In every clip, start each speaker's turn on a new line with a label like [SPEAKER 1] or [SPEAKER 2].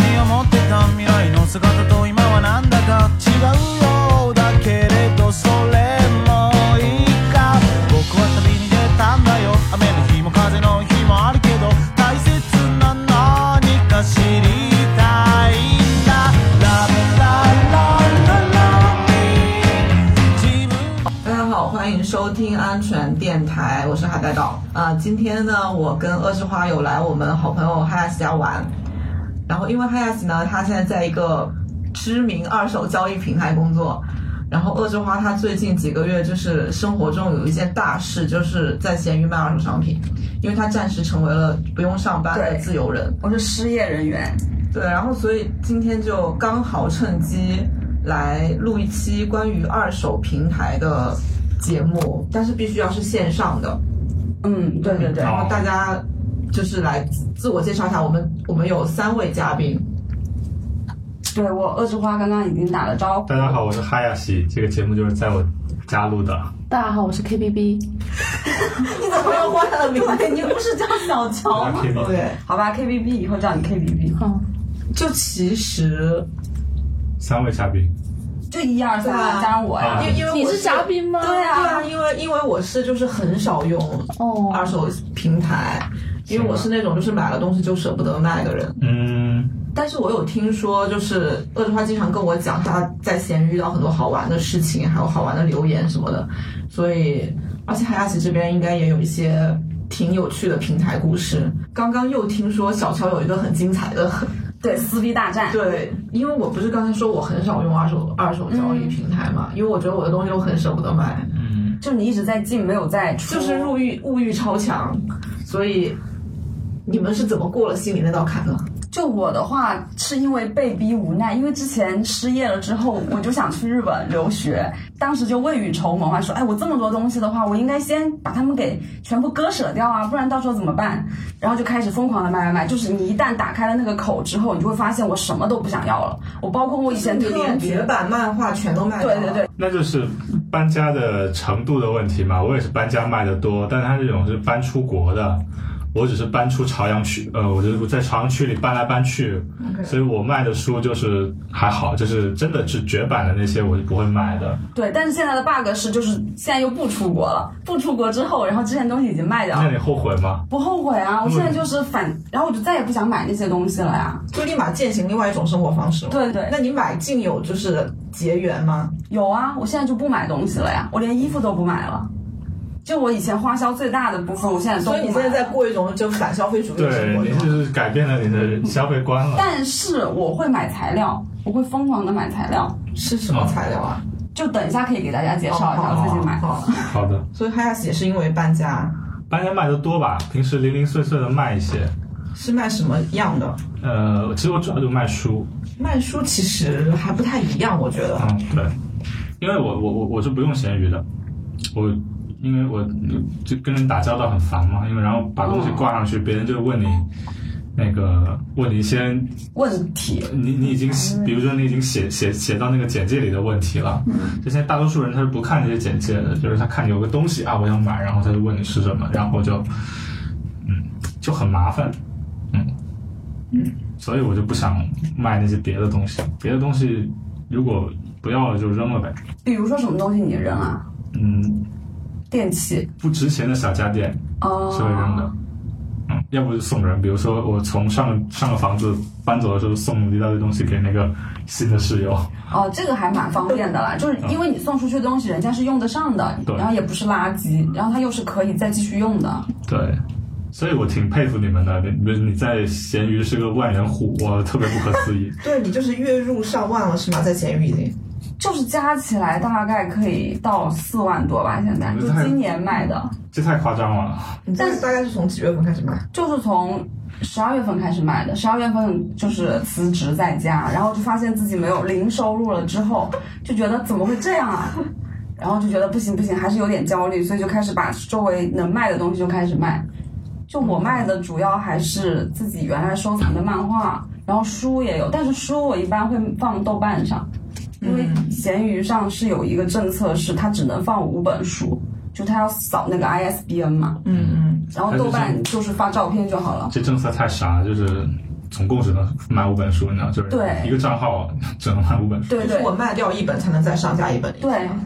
[SPEAKER 1] いた未来の姿と今はなんだか違うようだけれどそれもいいか僕は旅に出たんだよ雨の日も風の日もあるけど大切な何か知りたいんだララララララ自分
[SPEAKER 2] 大家好，欢迎收听安全电台，我是海带岛。啊、今天呢，我跟恶之花有来我们好朋友哈亚西家玩，然后因为哈亚西呢，他现在在一个知名二手交易平台工作，然后恶之花他最近几个月就是生活中有一件大事，就是在闲鱼卖二手商品，因为他暂时成为了不用上班的
[SPEAKER 3] 对
[SPEAKER 2] 自由人。
[SPEAKER 3] 我是失业人员，
[SPEAKER 2] 对，然后所以今天就刚好趁机来录一期关于二手平台的节目，但是必须要是线上的。
[SPEAKER 3] 嗯，对对对，
[SPEAKER 2] 然后大家就是来自我介绍一下，我们我们有三位嘉宾，
[SPEAKER 3] 对我恶之花刚刚已经打了招呼。
[SPEAKER 4] 大家好，我是哈亚西，这个节目就是在我家录的。
[SPEAKER 5] 大家好，我是 KBB。
[SPEAKER 3] 你怎么又换了名字？你不是叫小乔 吗？
[SPEAKER 2] 对，
[SPEAKER 3] 好吧，KBB 以后叫你 KBB，
[SPEAKER 5] 嗯，
[SPEAKER 2] 就其实
[SPEAKER 4] 三位嘉宾，
[SPEAKER 3] 就一二
[SPEAKER 2] 对啊
[SPEAKER 3] 三加上我呀
[SPEAKER 4] 啊。
[SPEAKER 2] 因为因为我
[SPEAKER 5] 你是嘉宾吗？
[SPEAKER 3] 对啊
[SPEAKER 2] 对啊，因为因为我是就是很少用
[SPEAKER 5] 哦，
[SPEAKER 2] 二手平台，因为我是那种就是买了东西就舍不得卖的人。
[SPEAKER 4] 嗯，
[SPEAKER 2] 但是我有听说，就是恶之花经常跟我讲，他在闲鱼遇到很多好玩的事情，还有好玩的留言什么的，所以而且海亚奇这边应该也有一些挺有趣的平台故事。刚刚又听说小乔有一个很精彩的，
[SPEAKER 3] 对，撕逼大战。
[SPEAKER 2] 对，因为我不是刚才说我很少用二手二手交易平台嘛，
[SPEAKER 3] 嗯
[SPEAKER 2] 因为我觉得我的东西都很舍不得卖，
[SPEAKER 3] 就你一直在进，没有在出，
[SPEAKER 2] 就是入欲物欲超强，所以你们是怎么过了心里那道坎的？
[SPEAKER 3] 就我的话，是因为被逼无奈，因为之前失业了之后，我就想去日本留学，当时就未雨绸缪嘛，说，哎，我这么多东西的话，我应该先把它们给全部割舍掉啊，不然到时候怎么办？然后就开始疯狂的买买买，就是你一旦打开了那个口之后，你就会发现我什么都不想要了，我包括我以前
[SPEAKER 2] 你
[SPEAKER 3] 特
[SPEAKER 2] 连
[SPEAKER 3] 别
[SPEAKER 2] 绝版漫画全都卖掉
[SPEAKER 3] 对
[SPEAKER 2] 了，
[SPEAKER 3] 对对，
[SPEAKER 4] 那就是搬家的程度的问题嘛。我也是搬家卖的多，但他这种是搬出国的，我只是搬出朝阳区，呃，我就是在朝阳区里搬来搬去所以我卖的书就是还好，就是真的是绝版的那些我是不会卖的。
[SPEAKER 3] 对，但是现在的 bug 是，就是现在又不出国了，不出国之后，然后之前东西已经卖掉
[SPEAKER 4] 那
[SPEAKER 3] 了，
[SPEAKER 4] 你后悔吗？
[SPEAKER 3] 不后悔啊，我现在就是反，然后我就再也不想买那些东西了呀。
[SPEAKER 2] 就立马践行另外一种生活方式。，
[SPEAKER 3] 对对，
[SPEAKER 2] 那你买进有就是结缘吗？
[SPEAKER 3] 有啊，我现在就不买东西了呀，我连衣服都不买了。就我以前花销最大的部分，我现在
[SPEAKER 2] 所
[SPEAKER 3] 都不
[SPEAKER 2] 以
[SPEAKER 3] 买啊
[SPEAKER 2] 你
[SPEAKER 3] 了。
[SPEAKER 2] 现在在过一种就反消费主义的生
[SPEAKER 4] 对，
[SPEAKER 2] 活，
[SPEAKER 4] 你
[SPEAKER 2] 是吗
[SPEAKER 4] 就是改变了你的消费 观了。
[SPEAKER 3] 但是我会买材料，我会疯狂的买材料。
[SPEAKER 2] 是什么材料啊？
[SPEAKER 3] 就等一下可以给大家介绍一下我最近买的。
[SPEAKER 2] 哦好。好
[SPEAKER 4] 好的，
[SPEAKER 2] 所以 Hayas 也是因为搬家，
[SPEAKER 4] 搬家卖的多吧，平时零零碎碎的卖一些。
[SPEAKER 2] 是卖什么样的？
[SPEAKER 4] 呃，其实我主要就卖书，
[SPEAKER 2] 卖书其实还不太一样，我觉得。
[SPEAKER 4] 嗯，对，因为我我我我是不用闲鱼的，我因为我就跟人打交道很烦嘛，因为然后把东西挂上去，别人就问你那个问你一些
[SPEAKER 3] 问题
[SPEAKER 4] 你你已经写比如说你已经写写写到那个简介里的问题了，就现在大多数人他是不看这些简介的，就是他看有个东西啊我想买，然后他就问你是什么，然后就嗯就很麻烦，嗯所以我就不想卖那些别的东西，别的东西如果不要了就扔了呗，
[SPEAKER 3] 比如说什么东西你扔啊？
[SPEAKER 4] 嗯，
[SPEAKER 3] 电器
[SPEAKER 4] 不值钱的小家电
[SPEAKER 3] 哦，
[SPEAKER 4] 是会扔的。嗯，要不就送人，比如说我从上个上个房子搬走的时候送一大堆东西给那个新的室友，
[SPEAKER 3] 哦，这个还蛮方便的啦，就是因为你送出去的东西，人家是用得上的，
[SPEAKER 4] 对
[SPEAKER 3] 然后也不是垃圾，然后它又是可以再继续用的。
[SPEAKER 4] 对，所以我挺佩服你们的。你你在闲鱼是个万元户，我特别不可思议。
[SPEAKER 2] 对你就是月入上万了是吗？在闲鱼已经。
[SPEAKER 3] 就是加起来大概可以到四万多吧，现在就今年卖的，
[SPEAKER 4] 这太夸张了。
[SPEAKER 2] 你但是大概是从几月份开始卖？
[SPEAKER 3] 就是从十二月份开始卖的，十二月份就是辞职在家，然后就发现自己没有零收入了之后，就觉得怎么会这样啊？ 然后就觉得不行不行，还是有点焦虑，所以就开始把周围能卖的东西就开始卖。就我卖的主要还是自己原来收藏的漫画，然后书也有，但是书我一般会放豆瓣上，因为闲鱼上是有一个政策是它只能放五本书，就它要扫那个 ISBN 嘛，
[SPEAKER 2] 嗯嗯。
[SPEAKER 3] 然后豆瓣就是发照片就好了。
[SPEAKER 4] 这政策太傻了，就是总共只能买五本书，你知道，就是
[SPEAKER 3] 对
[SPEAKER 4] 一个账号 只能买五本书，
[SPEAKER 3] 对
[SPEAKER 2] 就是
[SPEAKER 3] 对
[SPEAKER 2] 我卖掉一本才能再上架一本。
[SPEAKER 3] 对，嗯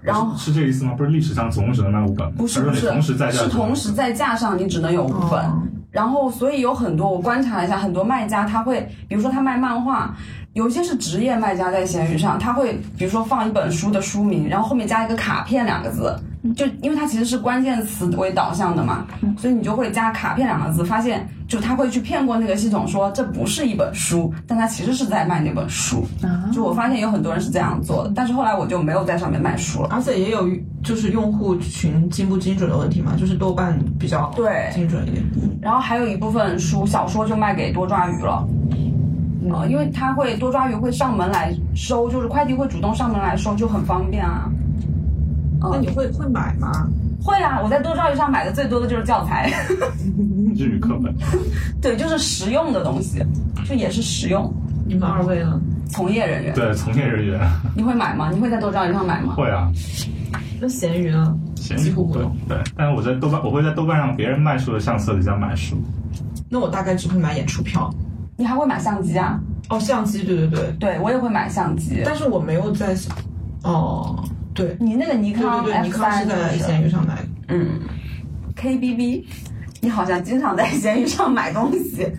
[SPEAKER 3] 然后
[SPEAKER 4] 是这个意思吗？不是历史上总共只能卖五本吗？
[SPEAKER 3] 不是
[SPEAKER 4] 还
[SPEAKER 3] 不
[SPEAKER 4] 你
[SPEAKER 3] 是，
[SPEAKER 4] 同时在家
[SPEAKER 3] 是同时再加上你只能有五本。
[SPEAKER 2] 哦
[SPEAKER 3] 然后，所以有很多我观察了一下，很多卖家他会，比如说他卖漫画，有一些是职业卖家在闲鱼上，他会比如说放一本书的书名，然后后面加一个卡片两个字，就因为它其实是关键词为导向的嘛，所以你就会加卡片两个字，发现就他会去骗过那个系统说这不是一本书，但他其实是在卖那本书。
[SPEAKER 5] 啊，
[SPEAKER 3] 就我发现有很多人是这样做的，但是后来我就没有在上面卖书了。
[SPEAKER 2] 而且也有就是用户群精不精准的问题嘛，就是豆瓣比较
[SPEAKER 3] 对
[SPEAKER 2] 精准一点。
[SPEAKER 3] 然后还有一部分书小说就卖给多抓鱼了，呃，因为他会多抓鱼会上门来收，就是快递会主动上门来收，就很方便啊。
[SPEAKER 2] 那哦你会会买吗？
[SPEAKER 3] 会啊，我在多抓鱼上买的最多的就是教材，
[SPEAKER 4] 日语课本，
[SPEAKER 3] 嗯对，就是实用的东西，就也是实用。
[SPEAKER 2] 你们二位呢？
[SPEAKER 3] 从业人员，
[SPEAKER 4] 对，从业人员
[SPEAKER 3] 你会买吗？你会在多抓鱼上买吗？
[SPEAKER 4] 会啊，
[SPEAKER 2] 那闲鱼呢？
[SPEAKER 4] 闲
[SPEAKER 2] 几
[SPEAKER 4] 鱼
[SPEAKER 2] 乎不
[SPEAKER 4] 会
[SPEAKER 2] 用。
[SPEAKER 4] 对，但是我在豆瓣，我会在豆瓣上别人卖书的相册底下买书，
[SPEAKER 2] 那我大概只会买演出票。
[SPEAKER 3] 你还会买相机啊？
[SPEAKER 2] 哦，相机，对对对，
[SPEAKER 3] 对我也会买相机。
[SPEAKER 2] 但是我没有在想，哦，对，
[SPEAKER 3] 你那个尼
[SPEAKER 2] 对
[SPEAKER 3] 康
[SPEAKER 2] 对对，
[SPEAKER 3] F
[SPEAKER 2] 尼康是
[SPEAKER 3] 三
[SPEAKER 2] 在闲鱼上买的。
[SPEAKER 3] 嗯，KBB，你好像经常在闲鱼上买东西。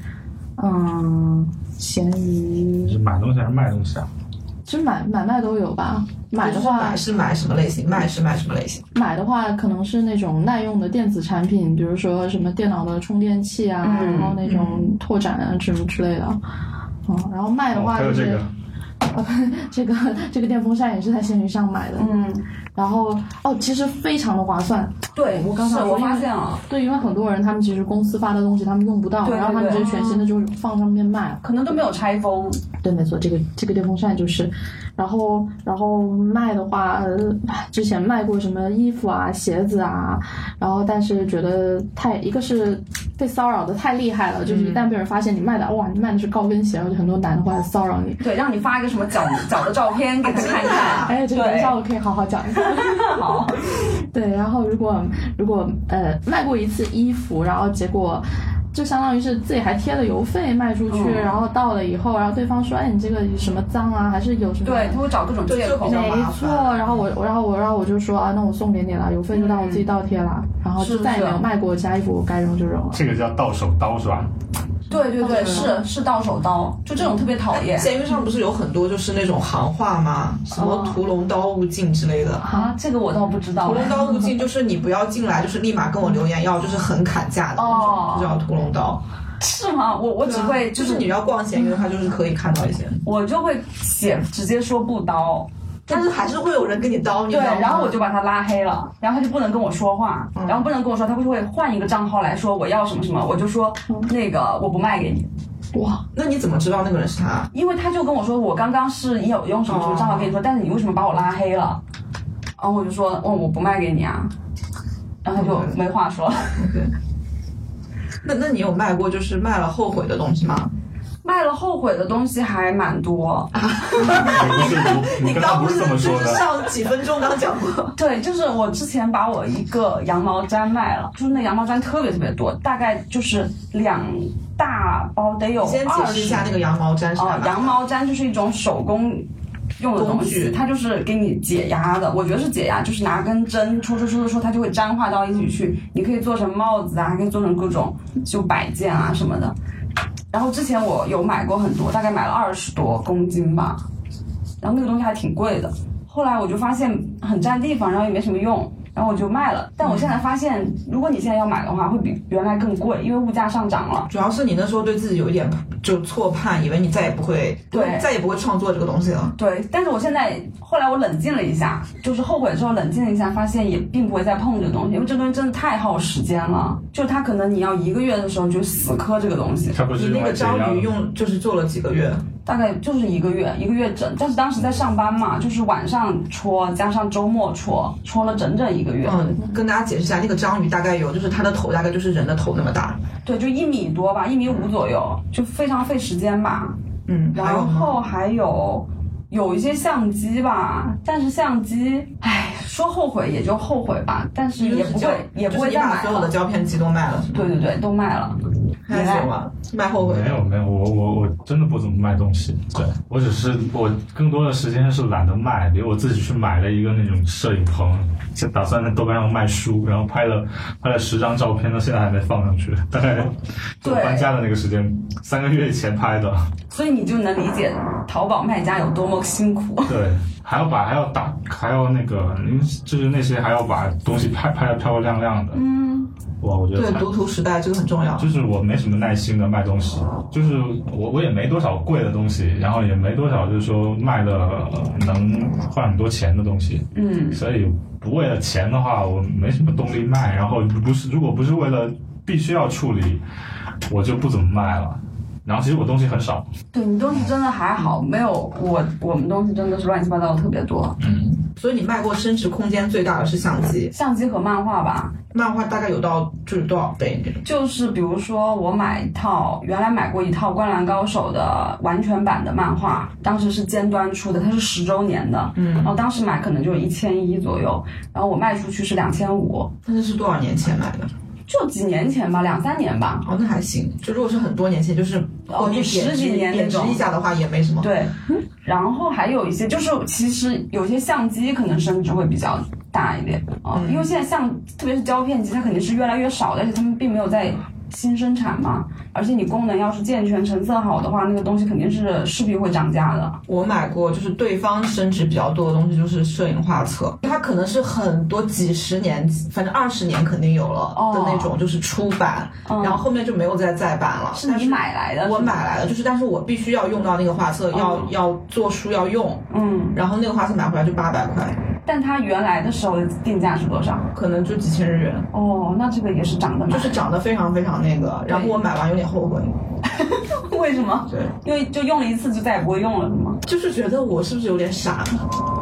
[SPEAKER 5] 嗯，闲
[SPEAKER 4] 你
[SPEAKER 5] 鱼
[SPEAKER 4] 是买东西还是卖东西啊？
[SPEAKER 5] 就买买卖都有吧。买的话
[SPEAKER 2] 买，是买什么类型，卖是卖什么类型。
[SPEAKER 5] 买的话可能是那种耐用的电子产品，比如说什么电脑的充电器啊，
[SPEAKER 3] 嗯
[SPEAKER 5] 然后那种拓展啊什么之类的。嗯，然后卖的
[SPEAKER 4] 哦
[SPEAKER 5] 话
[SPEAKER 4] 还有
[SPEAKER 5] 就
[SPEAKER 4] 这
[SPEAKER 5] 是、
[SPEAKER 4] 个，
[SPEAKER 5] 这个这个电风扇也是在闲鱼上买的，
[SPEAKER 3] 嗯，
[SPEAKER 5] 然后哦，其实非常的划算。
[SPEAKER 3] 对，
[SPEAKER 5] 我刚才
[SPEAKER 3] 是
[SPEAKER 5] 说
[SPEAKER 3] 我发
[SPEAKER 5] 因为
[SPEAKER 3] 现了，
[SPEAKER 5] 对，因为很多人他们其实公司发的东西他们用不到，
[SPEAKER 3] 对对
[SPEAKER 5] 然后他们
[SPEAKER 3] 对
[SPEAKER 5] 就全新的就放上面卖。
[SPEAKER 3] 可能都没有拆封。
[SPEAKER 5] 对，没错，这个这个电风扇就是，然后然后卖的话，呃之前卖过什么衣服啊、鞋子啊，然后但是觉得太一个是被骚扰的太厉害了，就是一
[SPEAKER 3] 嗯
[SPEAKER 5] 旦被人发现你卖的，哇，你卖的是高跟鞋，然后就很多男的会来骚扰你。
[SPEAKER 3] 对，让你发一个什么脚脚的照片给他看一 看。
[SPEAKER 5] 哎，这个等一
[SPEAKER 3] 对
[SPEAKER 5] 下我可以好好讲一下。
[SPEAKER 3] 好，
[SPEAKER 5] 对，然后如果如果呃卖过一次衣服，然后结果就相当于是自己还贴了邮费卖出去，
[SPEAKER 3] 嗯
[SPEAKER 5] 然后到了以后，然后对方说，哎，你这个有什么脏啊，还是有什么？
[SPEAKER 3] 对，他会找各种借口
[SPEAKER 2] 对就比。较
[SPEAKER 5] 没
[SPEAKER 2] 麻
[SPEAKER 5] 错，
[SPEAKER 2] 烦
[SPEAKER 5] 然后我，我然后我，然后我就说啊，那我送给你了，邮费就当我自己倒贴了，然后
[SPEAKER 3] 是
[SPEAKER 5] 就
[SPEAKER 3] 不
[SPEAKER 5] 再也没有
[SPEAKER 3] 是
[SPEAKER 5] 卖过其他衣服，我该扔就扔了。
[SPEAKER 4] 这个叫到手刀是吧？
[SPEAKER 3] 对对对，
[SPEAKER 2] 嗯
[SPEAKER 3] 是是到手刀，就这种特别讨厌
[SPEAKER 2] 闲鱼上不是有很多就是那种行话吗？什么
[SPEAKER 5] 哦
[SPEAKER 2] 屠龙刀勿进之类的。
[SPEAKER 3] 啊。这个我倒不知道
[SPEAKER 2] 屠。龙刀勿进就是你不要进来，就是立马跟我留言要，就是很砍价的那
[SPEAKER 3] 哦
[SPEAKER 2] 种，就叫屠龙刀。
[SPEAKER 3] 是吗？我我只
[SPEAKER 2] 对
[SPEAKER 3] 会
[SPEAKER 2] 啊
[SPEAKER 3] 就
[SPEAKER 2] 就是是你要逛闲鱼的话，就是可以看到一些，
[SPEAKER 3] 我就会写直接说不刀。
[SPEAKER 2] 但是还是会有人跟你刀，你知
[SPEAKER 3] 对，
[SPEAKER 2] 道吗
[SPEAKER 3] 然后我就把他拉黑了，然后他就不能跟我说话，然后不能跟我说，他会会换一个账号来说我要什么什么，我就说那个我不卖给你，
[SPEAKER 5] 哇，
[SPEAKER 2] 那你怎么知道那个人是他？
[SPEAKER 3] 因为他就跟我说，我刚刚是有用什么
[SPEAKER 2] 哦
[SPEAKER 3] 什么账号跟你说，但是你为什么把我拉黑了？然后我就说，哦，我不卖给你啊。然后他
[SPEAKER 2] 嗯
[SPEAKER 3] 就没话说了。
[SPEAKER 2] 那那你有卖过就是卖了后悔的东西吗？
[SPEAKER 3] 卖了后悔的东西还蛮多，
[SPEAKER 4] 你不是 你你刚才不是这么说
[SPEAKER 2] 就
[SPEAKER 4] 的
[SPEAKER 2] 是？上几分钟刚讲 过，
[SPEAKER 3] 对，就是我之前把我一个羊毛毡卖了，就是那羊毛毡特别特别多，大概就是两大包得有
[SPEAKER 2] 先解
[SPEAKER 3] 二
[SPEAKER 2] 释
[SPEAKER 3] 十
[SPEAKER 2] 一下那个羊毛毡是
[SPEAKER 3] 哦
[SPEAKER 2] 干嘛，的
[SPEAKER 3] 羊毛毡就是一种手工用的东
[SPEAKER 2] 工
[SPEAKER 3] 西
[SPEAKER 2] 具，
[SPEAKER 3] 它就是给你解压的。我觉得是解压，就是拿根针戳戳戳戳戳，它就会粘化到一起去。你可以做成帽子啊，还可以做成各种就摆件啊什么的。然后之前我有买过很多，大概买了二十多公斤吧，然后那个东西还挺贵的。后来我就发现很占地方，然后也没什么用，然后我就卖了。但我现在发现，如果你现在要买的话，会比原来更贵，因为物价上涨了。
[SPEAKER 2] 主要是你那时候对自己有一点就错判，以为你再也不会，
[SPEAKER 3] 对
[SPEAKER 2] 再也不会创作这个东西了。
[SPEAKER 3] 对，但是我现在后来我冷静了一下，就是后悔之后冷静了一下，发现也并不会再碰这个东西，因为这东西真的太耗时间了。就它可能你要一个月的时候就死磕这个东西，
[SPEAKER 4] 他不
[SPEAKER 2] 你
[SPEAKER 4] 是
[SPEAKER 2] 那个
[SPEAKER 4] 来解压
[SPEAKER 2] 章鱼
[SPEAKER 4] 的。
[SPEAKER 2] 用就是做了几个月，
[SPEAKER 3] 大概就是一个月一个月整。但是当时在上班嘛，就是晚上戳加上周末戳，戳了整整一个月。
[SPEAKER 2] 嗯，跟大家解释一下，那个章鱼大概有就是它的头大概就是人的头那么大，
[SPEAKER 3] 对，就一米多吧，一米五左右，就非常费时间吧。
[SPEAKER 2] 嗯，还有
[SPEAKER 3] 然
[SPEAKER 2] 吗
[SPEAKER 3] 后还有有一些相机吧，但是相机，唉，说后悔也就后悔吧，但是也不
[SPEAKER 2] 就是胶
[SPEAKER 3] 会也不
[SPEAKER 2] 就是
[SPEAKER 3] 会
[SPEAKER 2] 你
[SPEAKER 3] 再
[SPEAKER 2] 把
[SPEAKER 3] 买
[SPEAKER 2] 所有的
[SPEAKER 3] 了。
[SPEAKER 2] 胶片机都卖了，是吗
[SPEAKER 3] 对对对，都卖了。
[SPEAKER 2] 还有吗？卖后悔
[SPEAKER 4] 没有没有，我我我真的不怎么卖东西，啊对我只是我更多的时间是懒得卖，比如我自己去买了一个那种摄影棚，就打算在豆瓣上卖书，然后拍了拍了十张照片，到现在还没放上去，大概就
[SPEAKER 3] 对
[SPEAKER 4] 我搬家的那个时间，三个月以前拍的，
[SPEAKER 3] 所以你就能理解淘宝卖家有多么辛苦。
[SPEAKER 4] 对，还要把还要打还要那个，因为就是那些还要把东西拍拍的漂漂亮亮的，嗯，哇，我觉得
[SPEAKER 2] 对
[SPEAKER 4] 太
[SPEAKER 2] 读图时代这个很重要。
[SPEAKER 4] 就是我没什么耐心的卖东西，就是我我也没多少贵的东西，然后也没多少就是说卖的呃能换很多钱的东西，
[SPEAKER 3] 嗯，
[SPEAKER 4] 所以不为了钱的话，我没什么动力卖。然后不是如果不是为了必须要处理，我就不怎么卖了。然后其实我东西很少，
[SPEAKER 3] 对你东西真的还好，没有我我们东西真的是乱七八糟的特别多，
[SPEAKER 2] 所以你卖过升值空间最大的是相机，
[SPEAKER 3] 相机和漫画吧。
[SPEAKER 2] 漫画大概有到就是多少倍那种？
[SPEAKER 3] 就是比如说，我买一套，原来买过一套《灌篮高手》的完全版的漫画，当时是尖端出的，它是十周年的，嗯，然后当时买可能就一千一左右，然后我卖出去是两千五，
[SPEAKER 2] 但是是多少年前买的？
[SPEAKER 3] 就几年前吧，两三年吧，
[SPEAKER 2] 哦，那还行。就如果是很多年前，就是
[SPEAKER 3] 哦
[SPEAKER 2] 过去
[SPEAKER 3] 就十几年那
[SPEAKER 2] 贬值
[SPEAKER 3] 种
[SPEAKER 2] 一下的话，也没什么。
[SPEAKER 3] 对，然后还有一些就是，其实有些相机可能升值会比较大一点啊、
[SPEAKER 2] 嗯
[SPEAKER 3] 因为现在像特别是胶片机，它肯定是越来越少的，而且他们并没有在新生产嘛，而且你功能要是健全、成色好的话，那个东西肯定是势必会涨价的。
[SPEAKER 2] 我买过，就是对方升值比较多的东西，就是摄影画册，它可能是很多几十年，反正二十年肯定有了
[SPEAKER 3] 哦
[SPEAKER 2] 的那种，就是出版，
[SPEAKER 3] 嗯
[SPEAKER 2] 然后后面就没有再再版了。
[SPEAKER 3] 是你哦买来的？
[SPEAKER 2] 我买来了，就是但是我必须要用到那个画册，要要做书要用，
[SPEAKER 3] 嗯，
[SPEAKER 2] 然后那个画册买回来就八百块，
[SPEAKER 3] 但它原来的时候的定价是多少？
[SPEAKER 2] 可能就几千日元，
[SPEAKER 3] 哦，那这个也是涨的蛮，
[SPEAKER 2] 就是涨得非常非常那个。然后我买完有点后悔，
[SPEAKER 3] 为什么？
[SPEAKER 2] 对，
[SPEAKER 3] 因为就用了一次就再也不会用了，是吗？
[SPEAKER 2] 就是觉得我是不是有点傻？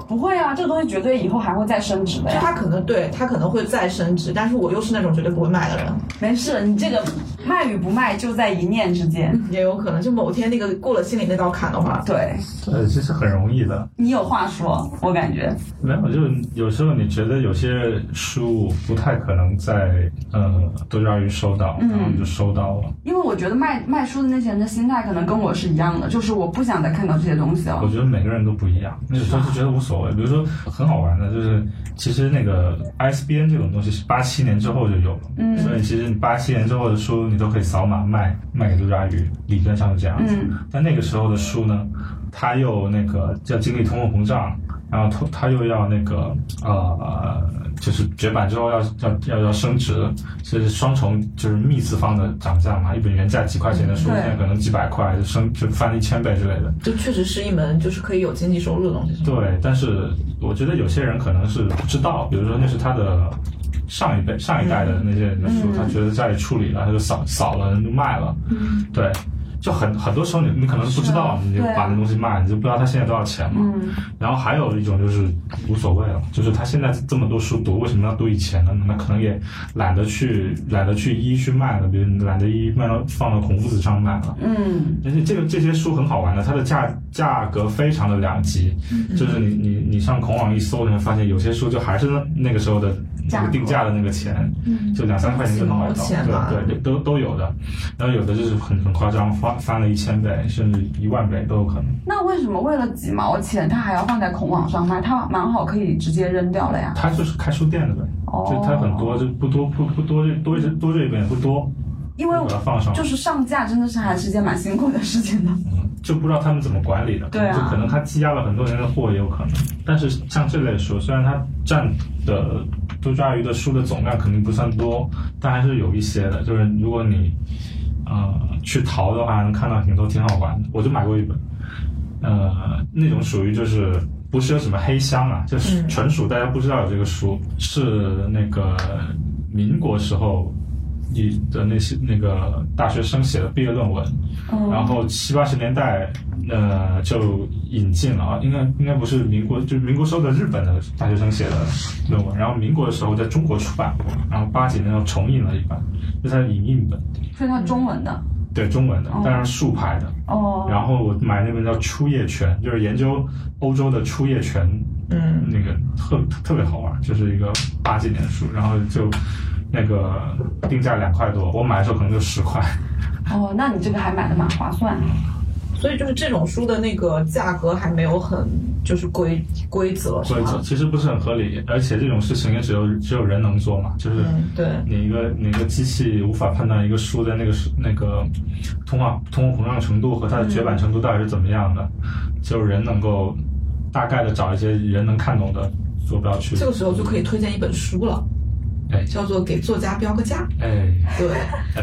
[SPEAKER 3] 不会啊，这个东西绝对以后还会再升值的
[SPEAKER 2] 就
[SPEAKER 3] 呀。
[SPEAKER 2] 它可能对它可能会再升值，但是我又是那种绝对不会买的人，
[SPEAKER 3] 没事，你这个卖与不卖就在一念之间。
[SPEAKER 2] 也有可能就某天那个过了心里那道坎的话，
[SPEAKER 3] 对
[SPEAKER 4] 对，呃其实很容易的。
[SPEAKER 3] 你有话说，我感觉
[SPEAKER 4] 没有，就是有时候你觉得有些书不太可能在呃多抓鱼收到，然后你就收到了。
[SPEAKER 3] 因为我觉得卖卖书的那些人的心态可能跟我是一样的，就是我不想再看到这些东西
[SPEAKER 4] 我
[SPEAKER 3] 了。
[SPEAKER 4] 觉得每个人都不一样，有时候就觉得无所谓。比如说很好玩的，就是其实那个 ISBN 这种东西是八七年之后就有了，
[SPEAKER 3] 嗯
[SPEAKER 4] 所以其实你八七年之后的书你都可以扫码卖卖给杜抓鱼，理论上是这样子。
[SPEAKER 3] 嗯
[SPEAKER 4] 但那个时候的书呢，它又那个要经历通货膨胀，然后它它又要那个呃，就是绝版之后要要要要升值，是双重就是幂次方的涨价嘛。一本原价几块钱的书，
[SPEAKER 3] 嗯对
[SPEAKER 4] 现在可能几百块，就升就翻一千倍之类的。
[SPEAKER 2] 就确实是一门就是可以有经济收入的东西。
[SPEAKER 4] 对，但是我觉得有些人可能是不知道，比如说那是他的上一辈、上一代的那些人的书，他觉得家里处理了，他就扫扫了，就卖了。对，就很很多时候你你可能是不知道，你就
[SPEAKER 3] 对啊
[SPEAKER 4] 把那东西卖，你就不知道他现在多少钱嘛。
[SPEAKER 3] 嗯，
[SPEAKER 4] 然后还有一种就是无所谓了，就是他现在这么多书读，为什么要读以前的呢？那可能也懒得去懒得去一一去卖了，比如你懒得一一卖到放到孔夫子上卖了。
[SPEAKER 3] 嗯，
[SPEAKER 4] 而且这个这些书很好玩的，它的价价格非常的两极，
[SPEAKER 3] 嗯
[SPEAKER 4] 就是你你你上孔网一搜，你会发现有些书就还是那那个时候的
[SPEAKER 3] 价
[SPEAKER 4] 那
[SPEAKER 3] 格嗯
[SPEAKER 4] 个定价的那个钱，就两三块钱就能买
[SPEAKER 2] 几毛钱吧
[SPEAKER 4] 到，对对，都都有的。然后有的就是很很夸张，翻翻了一千倍甚至一万倍都有可能。
[SPEAKER 3] 那为什么为了几毛钱，他还要放在孔网上卖？他蛮好，可以直接扔掉了呀。
[SPEAKER 4] 它就是开书店的呗，
[SPEAKER 3] 哦
[SPEAKER 4] 就它很多就不多不不多这多这多这一本也不多，
[SPEAKER 3] 因为
[SPEAKER 4] 就把它放上了
[SPEAKER 3] 就是上架真的是还是件蛮辛苦的事情的。
[SPEAKER 4] 就不知道他们怎么管理的，
[SPEAKER 3] 对啊
[SPEAKER 4] 就可能他积压了很多年的货也有可能。但是像这类书，虽然它占的多抓鱼的书的总量肯定不算多，但还是有一些的。就是如果你呃去淘的话，能看到挺多挺好玩的。我就买过一本，呃，那种属于就是不是有什么黑箱啊，就是纯属大家不知道有这个书，是那个民国时候你的那些那个大学生写的毕业论文，
[SPEAKER 3] 嗯
[SPEAKER 4] 然
[SPEAKER 3] 哦
[SPEAKER 4] 后七八十年代呃就引进了啊，应该应该不是民国，就是民国时候的日本的大学生写的论文，然后民国的时候在中国出版过，然后八几年又重印了一版，就它的影印本，
[SPEAKER 3] 所以它中文的
[SPEAKER 4] 对中文的
[SPEAKER 3] 哦，
[SPEAKER 4] 但是竖排的，
[SPEAKER 3] 哦，
[SPEAKER 4] 然后我买那本叫《初夜泉》，就是研究欧洲的初夜泉，
[SPEAKER 2] 嗯，
[SPEAKER 4] 那个特特别好玩，就是一个八几年的书，然后就那个定价两块多，我买的时候可能就十块。
[SPEAKER 3] 哦，那你这个还买的蛮划算。
[SPEAKER 2] 所以就是这种书的那个价格还没有很就是规规则是
[SPEAKER 4] 所以
[SPEAKER 2] 吗？
[SPEAKER 4] 其实不是很合理，而且这种事情也只有只有人能做嘛，就是
[SPEAKER 2] 嗯，对，
[SPEAKER 4] 你一个你一个机器无法判断一个书的那个是那个通话通货膨胀程度和它的绝版程度到底是怎么样的，只有人能够大概的找一些人能看懂的坐标去。
[SPEAKER 2] 这个时候就可以推荐一本书了，
[SPEAKER 4] 哎
[SPEAKER 2] 叫做《给作家标个价》。
[SPEAKER 4] 哎，
[SPEAKER 2] 对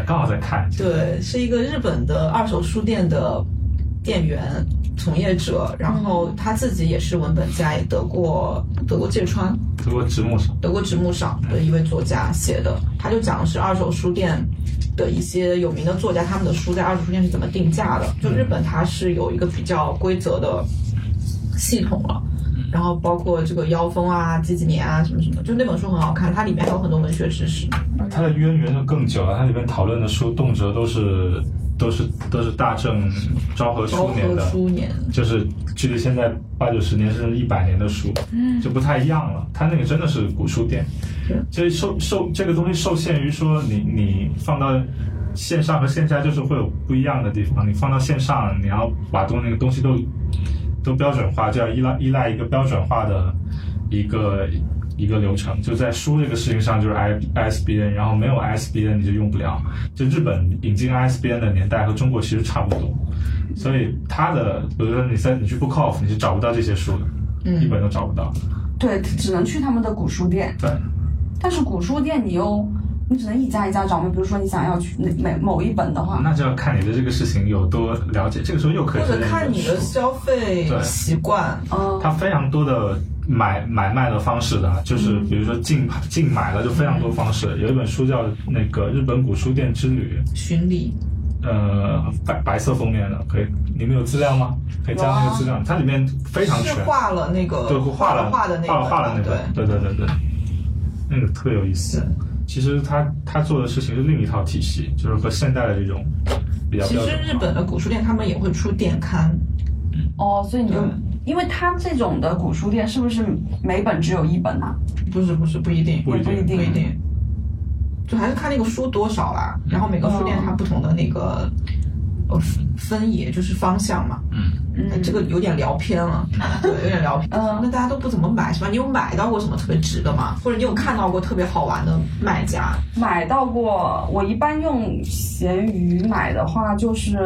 [SPEAKER 4] 刚好在看，
[SPEAKER 2] 对，是一个日本的二手书店的店员从业者，然后
[SPEAKER 4] 嗯
[SPEAKER 2] 他自己也是文本家，也得过得过芥川。
[SPEAKER 4] 如果直木上
[SPEAKER 2] 德国直木赏的一位作家写的，他就讲的是二手书店的一些有名的作家，他们的书在二手书店是怎么定价的。就
[SPEAKER 4] 嗯
[SPEAKER 2] 日本，它是有一个比较规则的系统了。
[SPEAKER 4] 嗯
[SPEAKER 2] 然后包括这个妖风啊、几几年啊什么什么，就那本书很好看，它里面还有很多文学知识。
[SPEAKER 4] 它的渊源就更久了，它里面讨论的书动辄都是都是都是大正昭和
[SPEAKER 2] 昭
[SPEAKER 4] 初年
[SPEAKER 2] 和
[SPEAKER 4] 的。
[SPEAKER 2] 初年，
[SPEAKER 4] 就是距离现在八九十年甚至一百年的书，就不太一样了。它那个真的是古书店
[SPEAKER 2] 是，
[SPEAKER 4] 这受受这个东西受限于说你你放到线上和线下就是会有不一样的地方。你放到线上，你要把东那个东西都都标准化，就要依赖依赖一个标准化的一个。一个流程就在书这个事情上，就是 I ISBN，然后没有 ISBN 你就用不了。就日本引进 ISBN 的年代和中国其实差不多，所以它的，比如说你在你去 Book Off，你是找不到这些书的，
[SPEAKER 2] 嗯
[SPEAKER 4] 一本都找不到。
[SPEAKER 3] 对，只能去他们的古书店，
[SPEAKER 4] 对，
[SPEAKER 3] 但是古书店你又你只能一家一家找嘛。比如说你想要去哪某一本的话，
[SPEAKER 4] 那就要看你对这个事情有多了解。这个时候又可以
[SPEAKER 2] 或者
[SPEAKER 4] 推荐
[SPEAKER 2] 看
[SPEAKER 4] 一
[SPEAKER 2] 你
[SPEAKER 4] 本
[SPEAKER 2] 的
[SPEAKER 4] 书
[SPEAKER 2] 消费
[SPEAKER 4] 对
[SPEAKER 2] 习惯，
[SPEAKER 3] 嗯，
[SPEAKER 4] 它非常多的买买卖的方式的，啊就是
[SPEAKER 2] 嗯
[SPEAKER 4] 比如说竞竞买了就非常多方式。有一本书叫那个《日本古书店之旅
[SPEAKER 2] 巡礼，》，
[SPEAKER 4] 呃，白白色封面的，可以，你们有资料吗？可以加那个资料，它里面非常
[SPEAKER 2] 是
[SPEAKER 4] 全，
[SPEAKER 2] 画了那个
[SPEAKER 4] 对，画
[SPEAKER 2] 了
[SPEAKER 4] 了
[SPEAKER 2] 画的那
[SPEAKER 4] 画
[SPEAKER 2] 个
[SPEAKER 4] 了画了那
[SPEAKER 2] 对
[SPEAKER 4] 个，对对对对，那个特别有意思
[SPEAKER 2] 对。
[SPEAKER 4] 其实他他做的事情是另一套体系，就是和现代的这种比较
[SPEAKER 2] 其
[SPEAKER 4] 标
[SPEAKER 2] 实
[SPEAKER 4] 准化。
[SPEAKER 2] 日本的古书店他们也会出店刊，
[SPEAKER 3] 哦，所以你就
[SPEAKER 2] 对
[SPEAKER 3] 因为它这种的古书店是不是每本只有一本啊？
[SPEAKER 2] 不是不是不一定，
[SPEAKER 4] 不一定
[SPEAKER 3] 也不一定
[SPEAKER 2] 不一定，就还是看那个书多少啦。
[SPEAKER 4] 嗯
[SPEAKER 2] 然后每个书店它不同的那个呃分野就是方向嘛。
[SPEAKER 4] 嗯，
[SPEAKER 2] 嗯，这个有点聊偏 了，对，有点聊偏。
[SPEAKER 3] 嗯
[SPEAKER 2] 那大家都不怎么买是吧？你有买到过什么特别值的吗？或者你有看到过特别好玩的卖家？
[SPEAKER 3] 买到过，我一般用闲鱼买的话，就是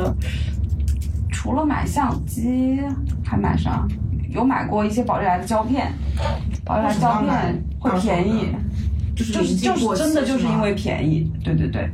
[SPEAKER 3] 除了买相机，还买啥？有买过一些宝丽来的胶片，宝丽来的胶片会便宜，
[SPEAKER 2] 就是
[SPEAKER 3] 就是
[SPEAKER 2] 临近
[SPEAKER 3] 就是
[SPEAKER 2] 过期
[SPEAKER 3] 真的就是
[SPEAKER 2] 吗
[SPEAKER 3] 因为便宜，对对对。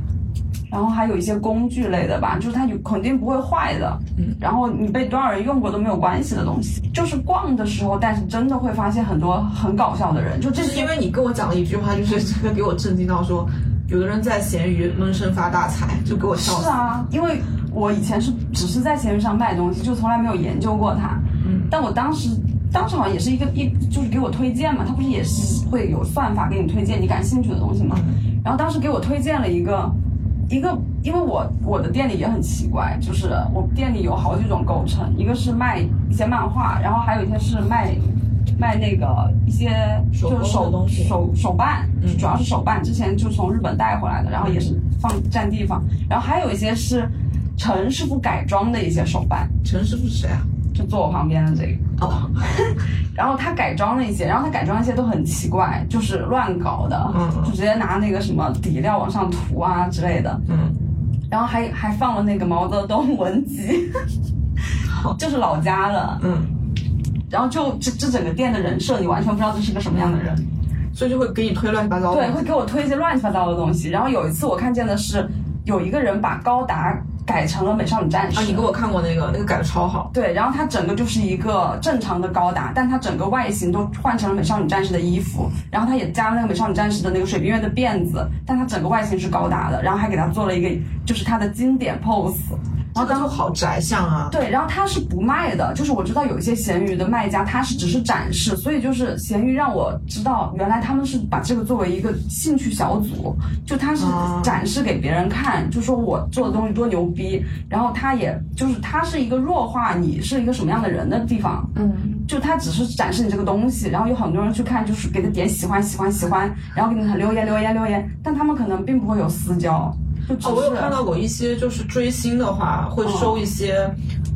[SPEAKER 3] 然后还有一些工具类的吧，就是它有肯定不会坏的，
[SPEAKER 2] 嗯
[SPEAKER 3] 然后你被多少人用过都没有关系的东西。就是逛的时候，但是真的会发现很多很搞笑的人，就这
[SPEAKER 2] 就是
[SPEAKER 3] 些
[SPEAKER 2] 因为你跟我讲了一句话，就是 真的给我震惊到说，有的人在闲鱼闷声发大财，就给我笑
[SPEAKER 3] 是
[SPEAKER 2] 死。
[SPEAKER 3] 啊，因为我以前是只是在闲鱼上卖东西，就从来没有研究过它。
[SPEAKER 2] 嗯，
[SPEAKER 3] 但我当时当时好像也是一个一就是给我推荐嘛，它不是也是会有算法给你推荐你感兴趣的东西嘛。
[SPEAKER 2] 嗯
[SPEAKER 3] 然后当时给我推荐了一个一个，因为我我的店里也很奇怪，就是我店里有好几种构成，一个是卖一些漫画，然后还有一些是卖。卖那个一些
[SPEAKER 2] 手
[SPEAKER 3] 就
[SPEAKER 2] 工的
[SPEAKER 3] 是手
[SPEAKER 2] 东西
[SPEAKER 3] 手手办，
[SPEAKER 2] 嗯
[SPEAKER 3] 主要是手办，之前就从日本带回来的，然后也是放占地方，然后还有一些是陈师傅改装的一些手办，
[SPEAKER 2] 陈师傅是谁啊？
[SPEAKER 3] 就坐我旁边的这个，
[SPEAKER 2] 哦，
[SPEAKER 3] 然后他改装了一些，然后他改装一些都很奇怪，就是乱搞的，
[SPEAKER 2] 嗯嗯
[SPEAKER 3] 就直接拿那个什么底料往上涂啊之类的，
[SPEAKER 2] 嗯，
[SPEAKER 3] 然后还还放了那个毛泽东文集， 就是老家的，
[SPEAKER 2] 嗯，
[SPEAKER 3] 然后就这这整个店的人设你完全不知道这是个什么样的人，
[SPEAKER 2] 所以就会给你推乱七八糟的。
[SPEAKER 3] 对，会给我推一些乱七八糟的东西。然后有一次我看见的是有一个人把高达改成了美少女战士，
[SPEAKER 2] 啊，你给我看过那个，那个改的超好。
[SPEAKER 3] 对，然后它整个就是一个正常的高达，但它整个外形都换成了美少女战士的衣服，然后它也加了那个美少女战士的那个水冰月的辫子，但它整个外形是高达的，然后还给它做了一个就是它的经典 pose，然
[SPEAKER 2] 这
[SPEAKER 3] 后
[SPEAKER 2] 个
[SPEAKER 3] 当
[SPEAKER 2] 就好宅相啊。
[SPEAKER 3] 对，然后它是不卖的，就是我知道有一些闲鱼的卖家，他是只是展示，所以就是闲鱼让我知道，原来他们是把这个作为一个兴趣小组，就他是
[SPEAKER 2] 啊
[SPEAKER 3] 展示给别人看，就说我做的东西多牛逼，然后他也就是他是一个弱化你是一个什么样的人的地方，
[SPEAKER 5] 嗯，
[SPEAKER 3] 就他只是展示你这个东西，然后有很多人去看，就是给他点喜欢喜欢喜欢，然后给他留言留言留言，但他们可能并不会有私交，就只是、嗯
[SPEAKER 2] 哦，我有看到过一些，就是追星的话，会收一些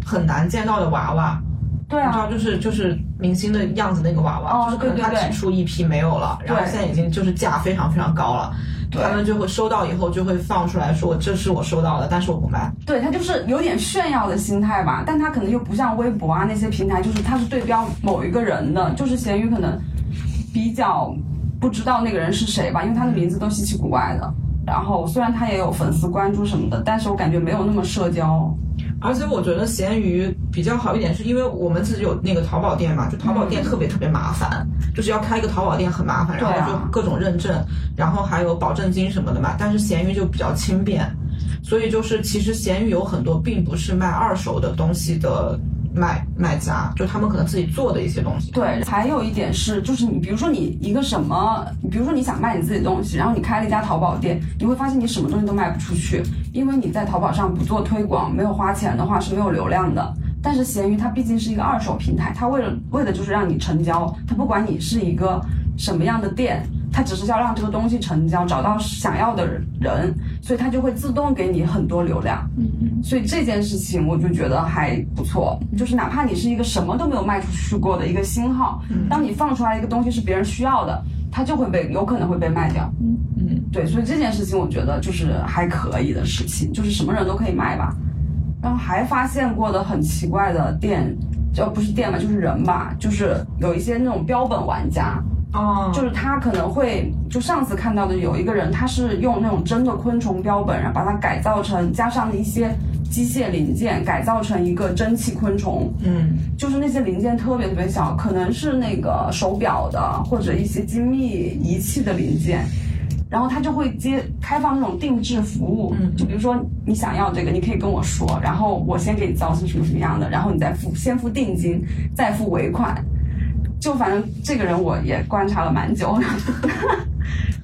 [SPEAKER 2] 很难见到的娃娃，
[SPEAKER 3] 对
[SPEAKER 2] 你知
[SPEAKER 3] 啊，
[SPEAKER 2] 道，就是就是明星的样子那个娃娃，
[SPEAKER 3] 哦
[SPEAKER 2] 就是可能
[SPEAKER 3] 对对
[SPEAKER 2] 他
[SPEAKER 3] 对
[SPEAKER 2] 只出一批没有了，然后
[SPEAKER 3] 对
[SPEAKER 2] 现在已经就是价非常非常高了，
[SPEAKER 3] 对
[SPEAKER 2] 他们就会收到以后就会放出来说这是我收到的，但是我不卖。
[SPEAKER 3] 对他就是有点炫耀的心态吧，但他可能又不像微博啊那些平台，就是他是对标某一个人的，就是咸鱼可能比较不知道那个人是谁吧，因为他的名字都稀奇古怪的。然后虽然他也有粉丝关注什么的，但是我感觉没有那么社交。
[SPEAKER 2] 而且我觉得闲鱼比较好一点，是因为我们自己有那个淘宝店嘛，就淘宝店特别特别麻烦，就是要开一个淘宝店很麻烦，
[SPEAKER 3] 嗯对啊
[SPEAKER 2] 然后就各种认证，然后还有保证金什么的嘛。但是闲鱼就比较轻便，所以就是其实闲鱼有很多并不是卖二手的东西的卖卖家，就他们可能自己做的一些东西。
[SPEAKER 3] 对，还有一点是，就是你比如说你一个什么，比如说你想卖你自己的东西，然后你开了一家淘宝店，你会发现你什么东西都卖不出去，因为你在淘宝上不做推广，没有花钱的话是没有流量的。但是闲鱼它毕竟是一个二手平台，它为了为的就是让你成交，它不管你是一个什么样的店，它只是要让这个东西成交，找到想要的人，所以它就会自动给你很多流量。
[SPEAKER 5] 嗯
[SPEAKER 3] 所以这件事情我就觉得还不错，就是哪怕你是一个什么都没有卖出去过的一个新号，当你放出来一个东西是别人需要的，它就会被有可能会被卖掉。
[SPEAKER 2] 嗯，
[SPEAKER 3] 对，所以这件事情我觉得就是还可以的事情，就是什么人都可以卖吧。然后还发现过的很奇怪的店，就不是店吧，就是人吧，就是有一些那种标本玩家，
[SPEAKER 2] 哦
[SPEAKER 3] 就是他可能会，就上次看到的有一个人，他是用那种真的昆虫标本，然后把它改造成加上一些机械零件，改造成一个蒸汽昆虫。
[SPEAKER 2] 嗯，
[SPEAKER 3] 就是那些零件特别特别小，可能是那个手表的或者一些精密仪器的零件。然后他就会接开放那种定制服务，
[SPEAKER 2] 嗯
[SPEAKER 3] 就比如说你想要这个，你可以跟我说，然后我先给你造成什么什么样的，然后你再付先付定金，再付尾款。就反正这个人我也观察了 蛮久的，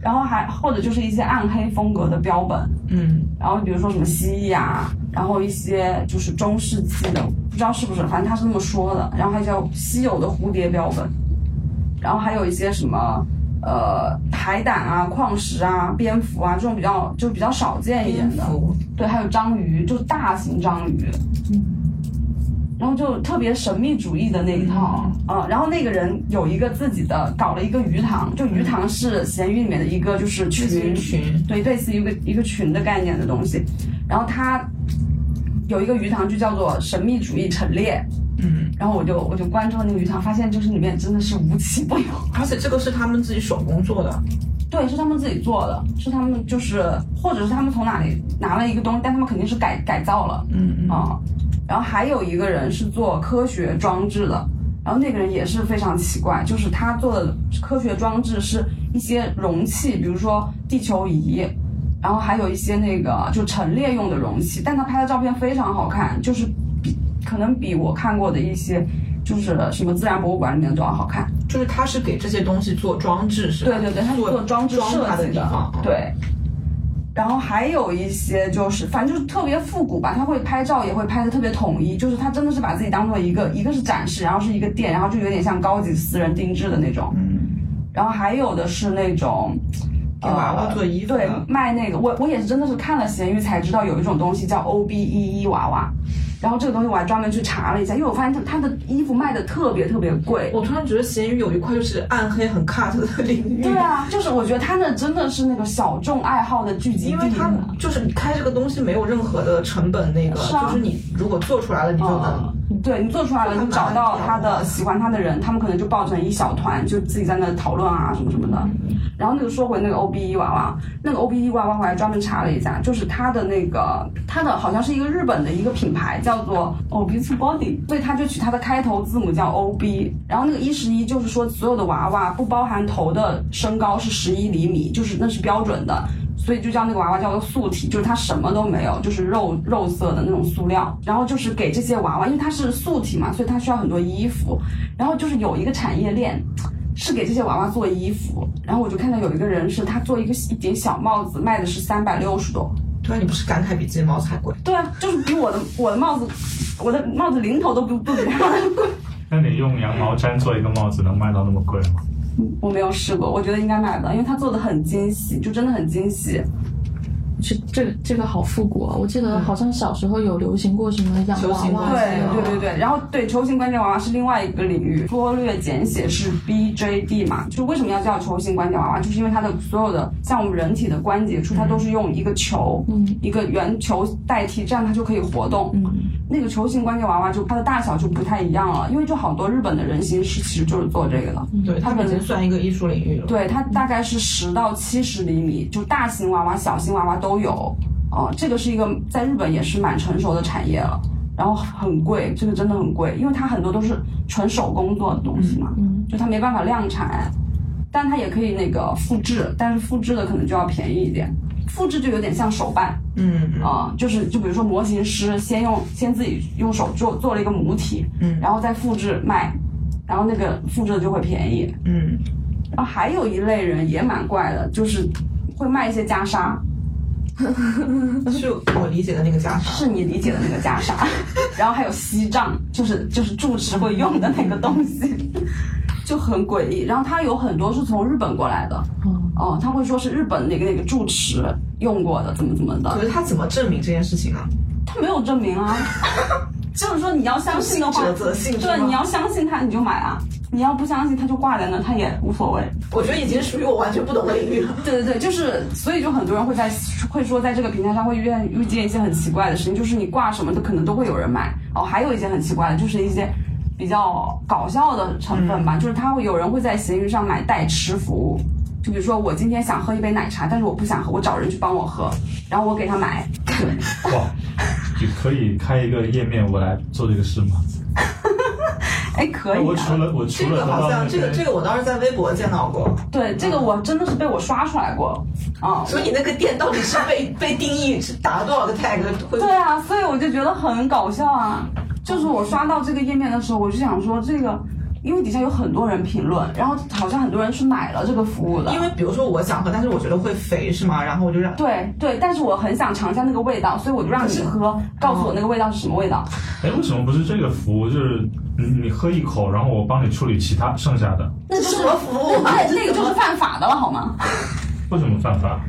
[SPEAKER 3] 然后还或者就是一些暗黑风格的标本，
[SPEAKER 2] 嗯，
[SPEAKER 3] 然后比如说什么蜥蜴啊，然后一些就是中世纪的，不知道是不是，反正他是这么说的。然后还有稀有的蝴蝶标本，然后还有一些什么呃海胆啊、矿石啊、蝙蝠啊这种比较就比较少见一点
[SPEAKER 2] 蝙
[SPEAKER 3] 的。
[SPEAKER 2] 蝠，
[SPEAKER 3] 对，还有章鱼，就是大型章鱼。嗯然后就特别神秘主义的那一套，呃，然后那个人有一个自己的搞了一个鱼塘，就鱼塘是咸鱼里面的一个就是群
[SPEAKER 2] 类似于群
[SPEAKER 3] 对，类似于一个一个群的概念的东西。然后他有一个鱼塘就叫做神秘主义陈列，
[SPEAKER 2] 嗯，
[SPEAKER 3] 然后我就我就关注了那个鱼塘，发现就是里面真的是无奇不有，
[SPEAKER 2] 而且这个是他们自己手工做的，
[SPEAKER 3] 对，是他们自己做的，是他们就是，或者是他们从哪里拿了一个东西，但他们肯定是改改造了，
[SPEAKER 2] 嗯嗯
[SPEAKER 3] 啊、然后还有一个人是做科学装置的，然后那个人也是非常奇怪，就是他做的科学装置是一些容器，比如说地球仪，然后还有一些那个就陈列用的容器，但他拍的照片非常好看，就是比可能比我看过的一些就是什么自然博物馆里面的都要好看。
[SPEAKER 2] 就是他是给这些东西做装置是吧？
[SPEAKER 3] 对对对，它是做装置设
[SPEAKER 2] 装它的
[SPEAKER 3] 计
[SPEAKER 2] 地方，嗯。
[SPEAKER 3] 对。然后还有一些就是，反正就是特别复古吧，他会拍照也会拍的特别统一，就是他真的是把自己当做一个，一个是展示，然后是一个店，然后就有点像高级私人定制的那种。
[SPEAKER 2] 嗯，
[SPEAKER 3] 然后还有的是那种。呃
[SPEAKER 2] 给娃娃做衣服的
[SPEAKER 3] 对，卖那个，我我也是真的是看了闲鱼才知道有一种东西叫 O B E E 娃娃，然后这个东西我还专门去查了一下，因为我发现它它的衣服卖的特别特别贵，
[SPEAKER 2] 我突然觉得咸鱼有一块就是暗黑很 cut 的领域，
[SPEAKER 3] 对啊，就是我觉得他那真的是那个小众爱好的聚集地，
[SPEAKER 2] 因为它就是你开这个东西没有任何的成本，那个
[SPEAKER 3] 是啊
[SPEAKER 2] 就是你如果做出来了，你就能
[SPEAKER 3] 嗯。对你做出来了，你找到他的喜欢他的人，他们可能就抱成一小团，就自己在那讨论啊什么什么的。然后那个说回那个 O B E 娃娃，那个 O B E 娃娃我还专门查了一下，就是它的那个它的好像是一个日本的一个品牌叫做
[SPEAKER 2] 哦
[SPEAKER 3] Obis Body，所以它就取它的开头字母叫 O B。然后那个一十一就是说所有的娃娃不包含头的身高是十一厘米，就是那是标准的。所以就叫那个娃娃叫做素体，就是它什么都没有，就是肉肉色的那种塑料。然后就是给这些娃娃，因为它是素体嘛，所以它需要很多衣服。然后就是有一个产业链。是给这些娃娃做衣服，然后我就看到有一个人是他做一个一顶小帽子，卖的是三百六十多，
[SPEAKER 2] 对啊，你不是感慨比自己帽子还贵？
[SPEAKER 3] 对啊，就是比我的我的帽子，我的 帽子零头都不不比他的贵。
[SPEAKER 4] 那你用羊毛毡做一个帽子能卖到那么贵吗？
[SPEAKER 3] 我没有试过，我觉得应该买不到，因为它做的很精细，就真的很精细。
[SPEAKER 5] 这这这个好复古啊！我记得好像小时候有流行过什么洋
[SPEAKER 2] 球
[SPEAKER 5] 娃
[SPEAKER 2] 形
[SPEAKER 5] 娃
[SPEAKER 2] 关节
[SPEAKER 5] 之
[SPEAKER 2] 娃
[SPEAKER 5] 类的哦
[SPEAKER 2] 娃
[SPEAKER 3] 对对对对，然后对球形关节娃娃是另外一个领域，缩略简写是 BJD 嘛，就是为什么要叫球形关节娃娃，就是因为它的所有的像我们人体的关节处，它都是用一个球，
[SPEAKER 5] 嗯
[SPEAKER 3] 一个圆球代替，这样它就可以活动。
[SPEAKER 5] 嗯，
[SPEAKER 3] 那个球形关节娃娃就它的大小就不太一样了，因为就好多日本的人形师其实就是做这个的。
[SPEAKER 2] 对，它已经算一个艺术领域了。
[SPEAKER 3] 对，它大概是十到七十厘米，就大型娃娃、小型娃娃都有。哦、这个是一个在日本也是蛮成熟的产业了，然后很贵，这个真的很贵，因为它很多都是纯手工做的东西嘛，
[SPEAKER 5] 嗯
[SPEAKER 3] 就它没办法量产，但它也可以那个复制，但是复制的可能就要便宜一点，复制就有点像手办，
[SPEAKER 2] 嗯，嗯
[SPEAKER 3] 啊、就是就比如说模型师先用先自己用手做做了一个母体，
[SPEAKER 2] 嗯
[SPEAKER 3] 然后再复制卖，然后那个复制的就会便宜。
[SPEAKER 2] 嗯，
[SPEAKER 3] 然后哦还有一类人也蛮怪的，就是会卖一些袈裟，
[SPEAKER 2] 是我理解的那个家
[SPEAKER 3] 嗯是
[SPEAKER 2] 常。
[SPEAKER 3] 你理解的那个袈裟， 然后还有锡杖，就是就是住持会用的那个东西，就很诡异。然后它有很多是从日本过来的，
[SPEAKER 5] 嗯
[SPEAKER 3] 哦、他会说是日本哪个哪个住持用过的，怎么怎么的，
[SPEAKER 2] 可是他怎么证明这件事情啊？
[SPEAKER 3] 他没有证 明啊，就是说你要相信的话，
[SPEAKER 2] 信者则信是吗
[SPEAKER 3] 对，你要相信他你就买啊，你要不相信他就挂在那，他也无所谓。
[SPEAKER 2] 我觉得已经属于我完全不懂的领域了。
[SPEAKER 3] 对对对，就是所以就很多人会在会说在这个平台上会遇见遇见一些很奇怪的事情，就是你挂什么的可能都会有人买哦，还有一些很奇怪的就是一些。比较搞笑的成分
[SPEAKER 2] 嗯
[SPEAKER 3] 吧，就是他会有人会在闲鱼上买代吃服务，就比如说我今天想喝一杯奶茶，但是我不想喝，我找人去帮我喝，然后我给他买，对，
[SPEAKER 4] 哇，你可以开一个页面我来做这个事吗？
[SPEAKER 3] 哎，可以、啊。
[SPEAKER 2] 哦
[SPEAKER 4] 我除了我
[SPEAKER 2] 这
[SPEAKER 4] 除了
[SPEAKER 2] 个
[SPEAKER 4] 得
[SPEAKER 2] 好
[SPEAKER 4] 到那
[SPEAKER 2] 像，这个这个我倒是在微博见到过。
[SPEAKER 3] 对，这个我真的是被我刷出来过啊。
[SPEAKER 2] 所以你那个店到底是被 被定义是打了多少个 tag 会？
[SPEAKER 3] 对啊，所以我就觉得很搞笑啊。就是我刷到这个页面的时候，我就想说这个，因为底下有很多人评论，然后好像很多人是买了这个服务的。
[SPEAKER 2] 因为比如说我想喝，但是我觉得会肥是吗？然后我就让
[SPEAKER 3] 对对，但是我很想尝一下那个味道，所以我就让你喝，告诉我那个味道是什么味道。
[SPEAKER 4] 哎，为什么不是这个服务？就是你你喝一口，然后我帮你处理其他剩下的，
[SPEAKER 3] 那就
[SPEAKER 2] 这
[SPEAKER 3] 是
[SPEAKER 2] 什么服务啊
[SPEAKER 3] 那那个就是犯法的了，好吗？
[SPEAKER 4] 为什么犯法？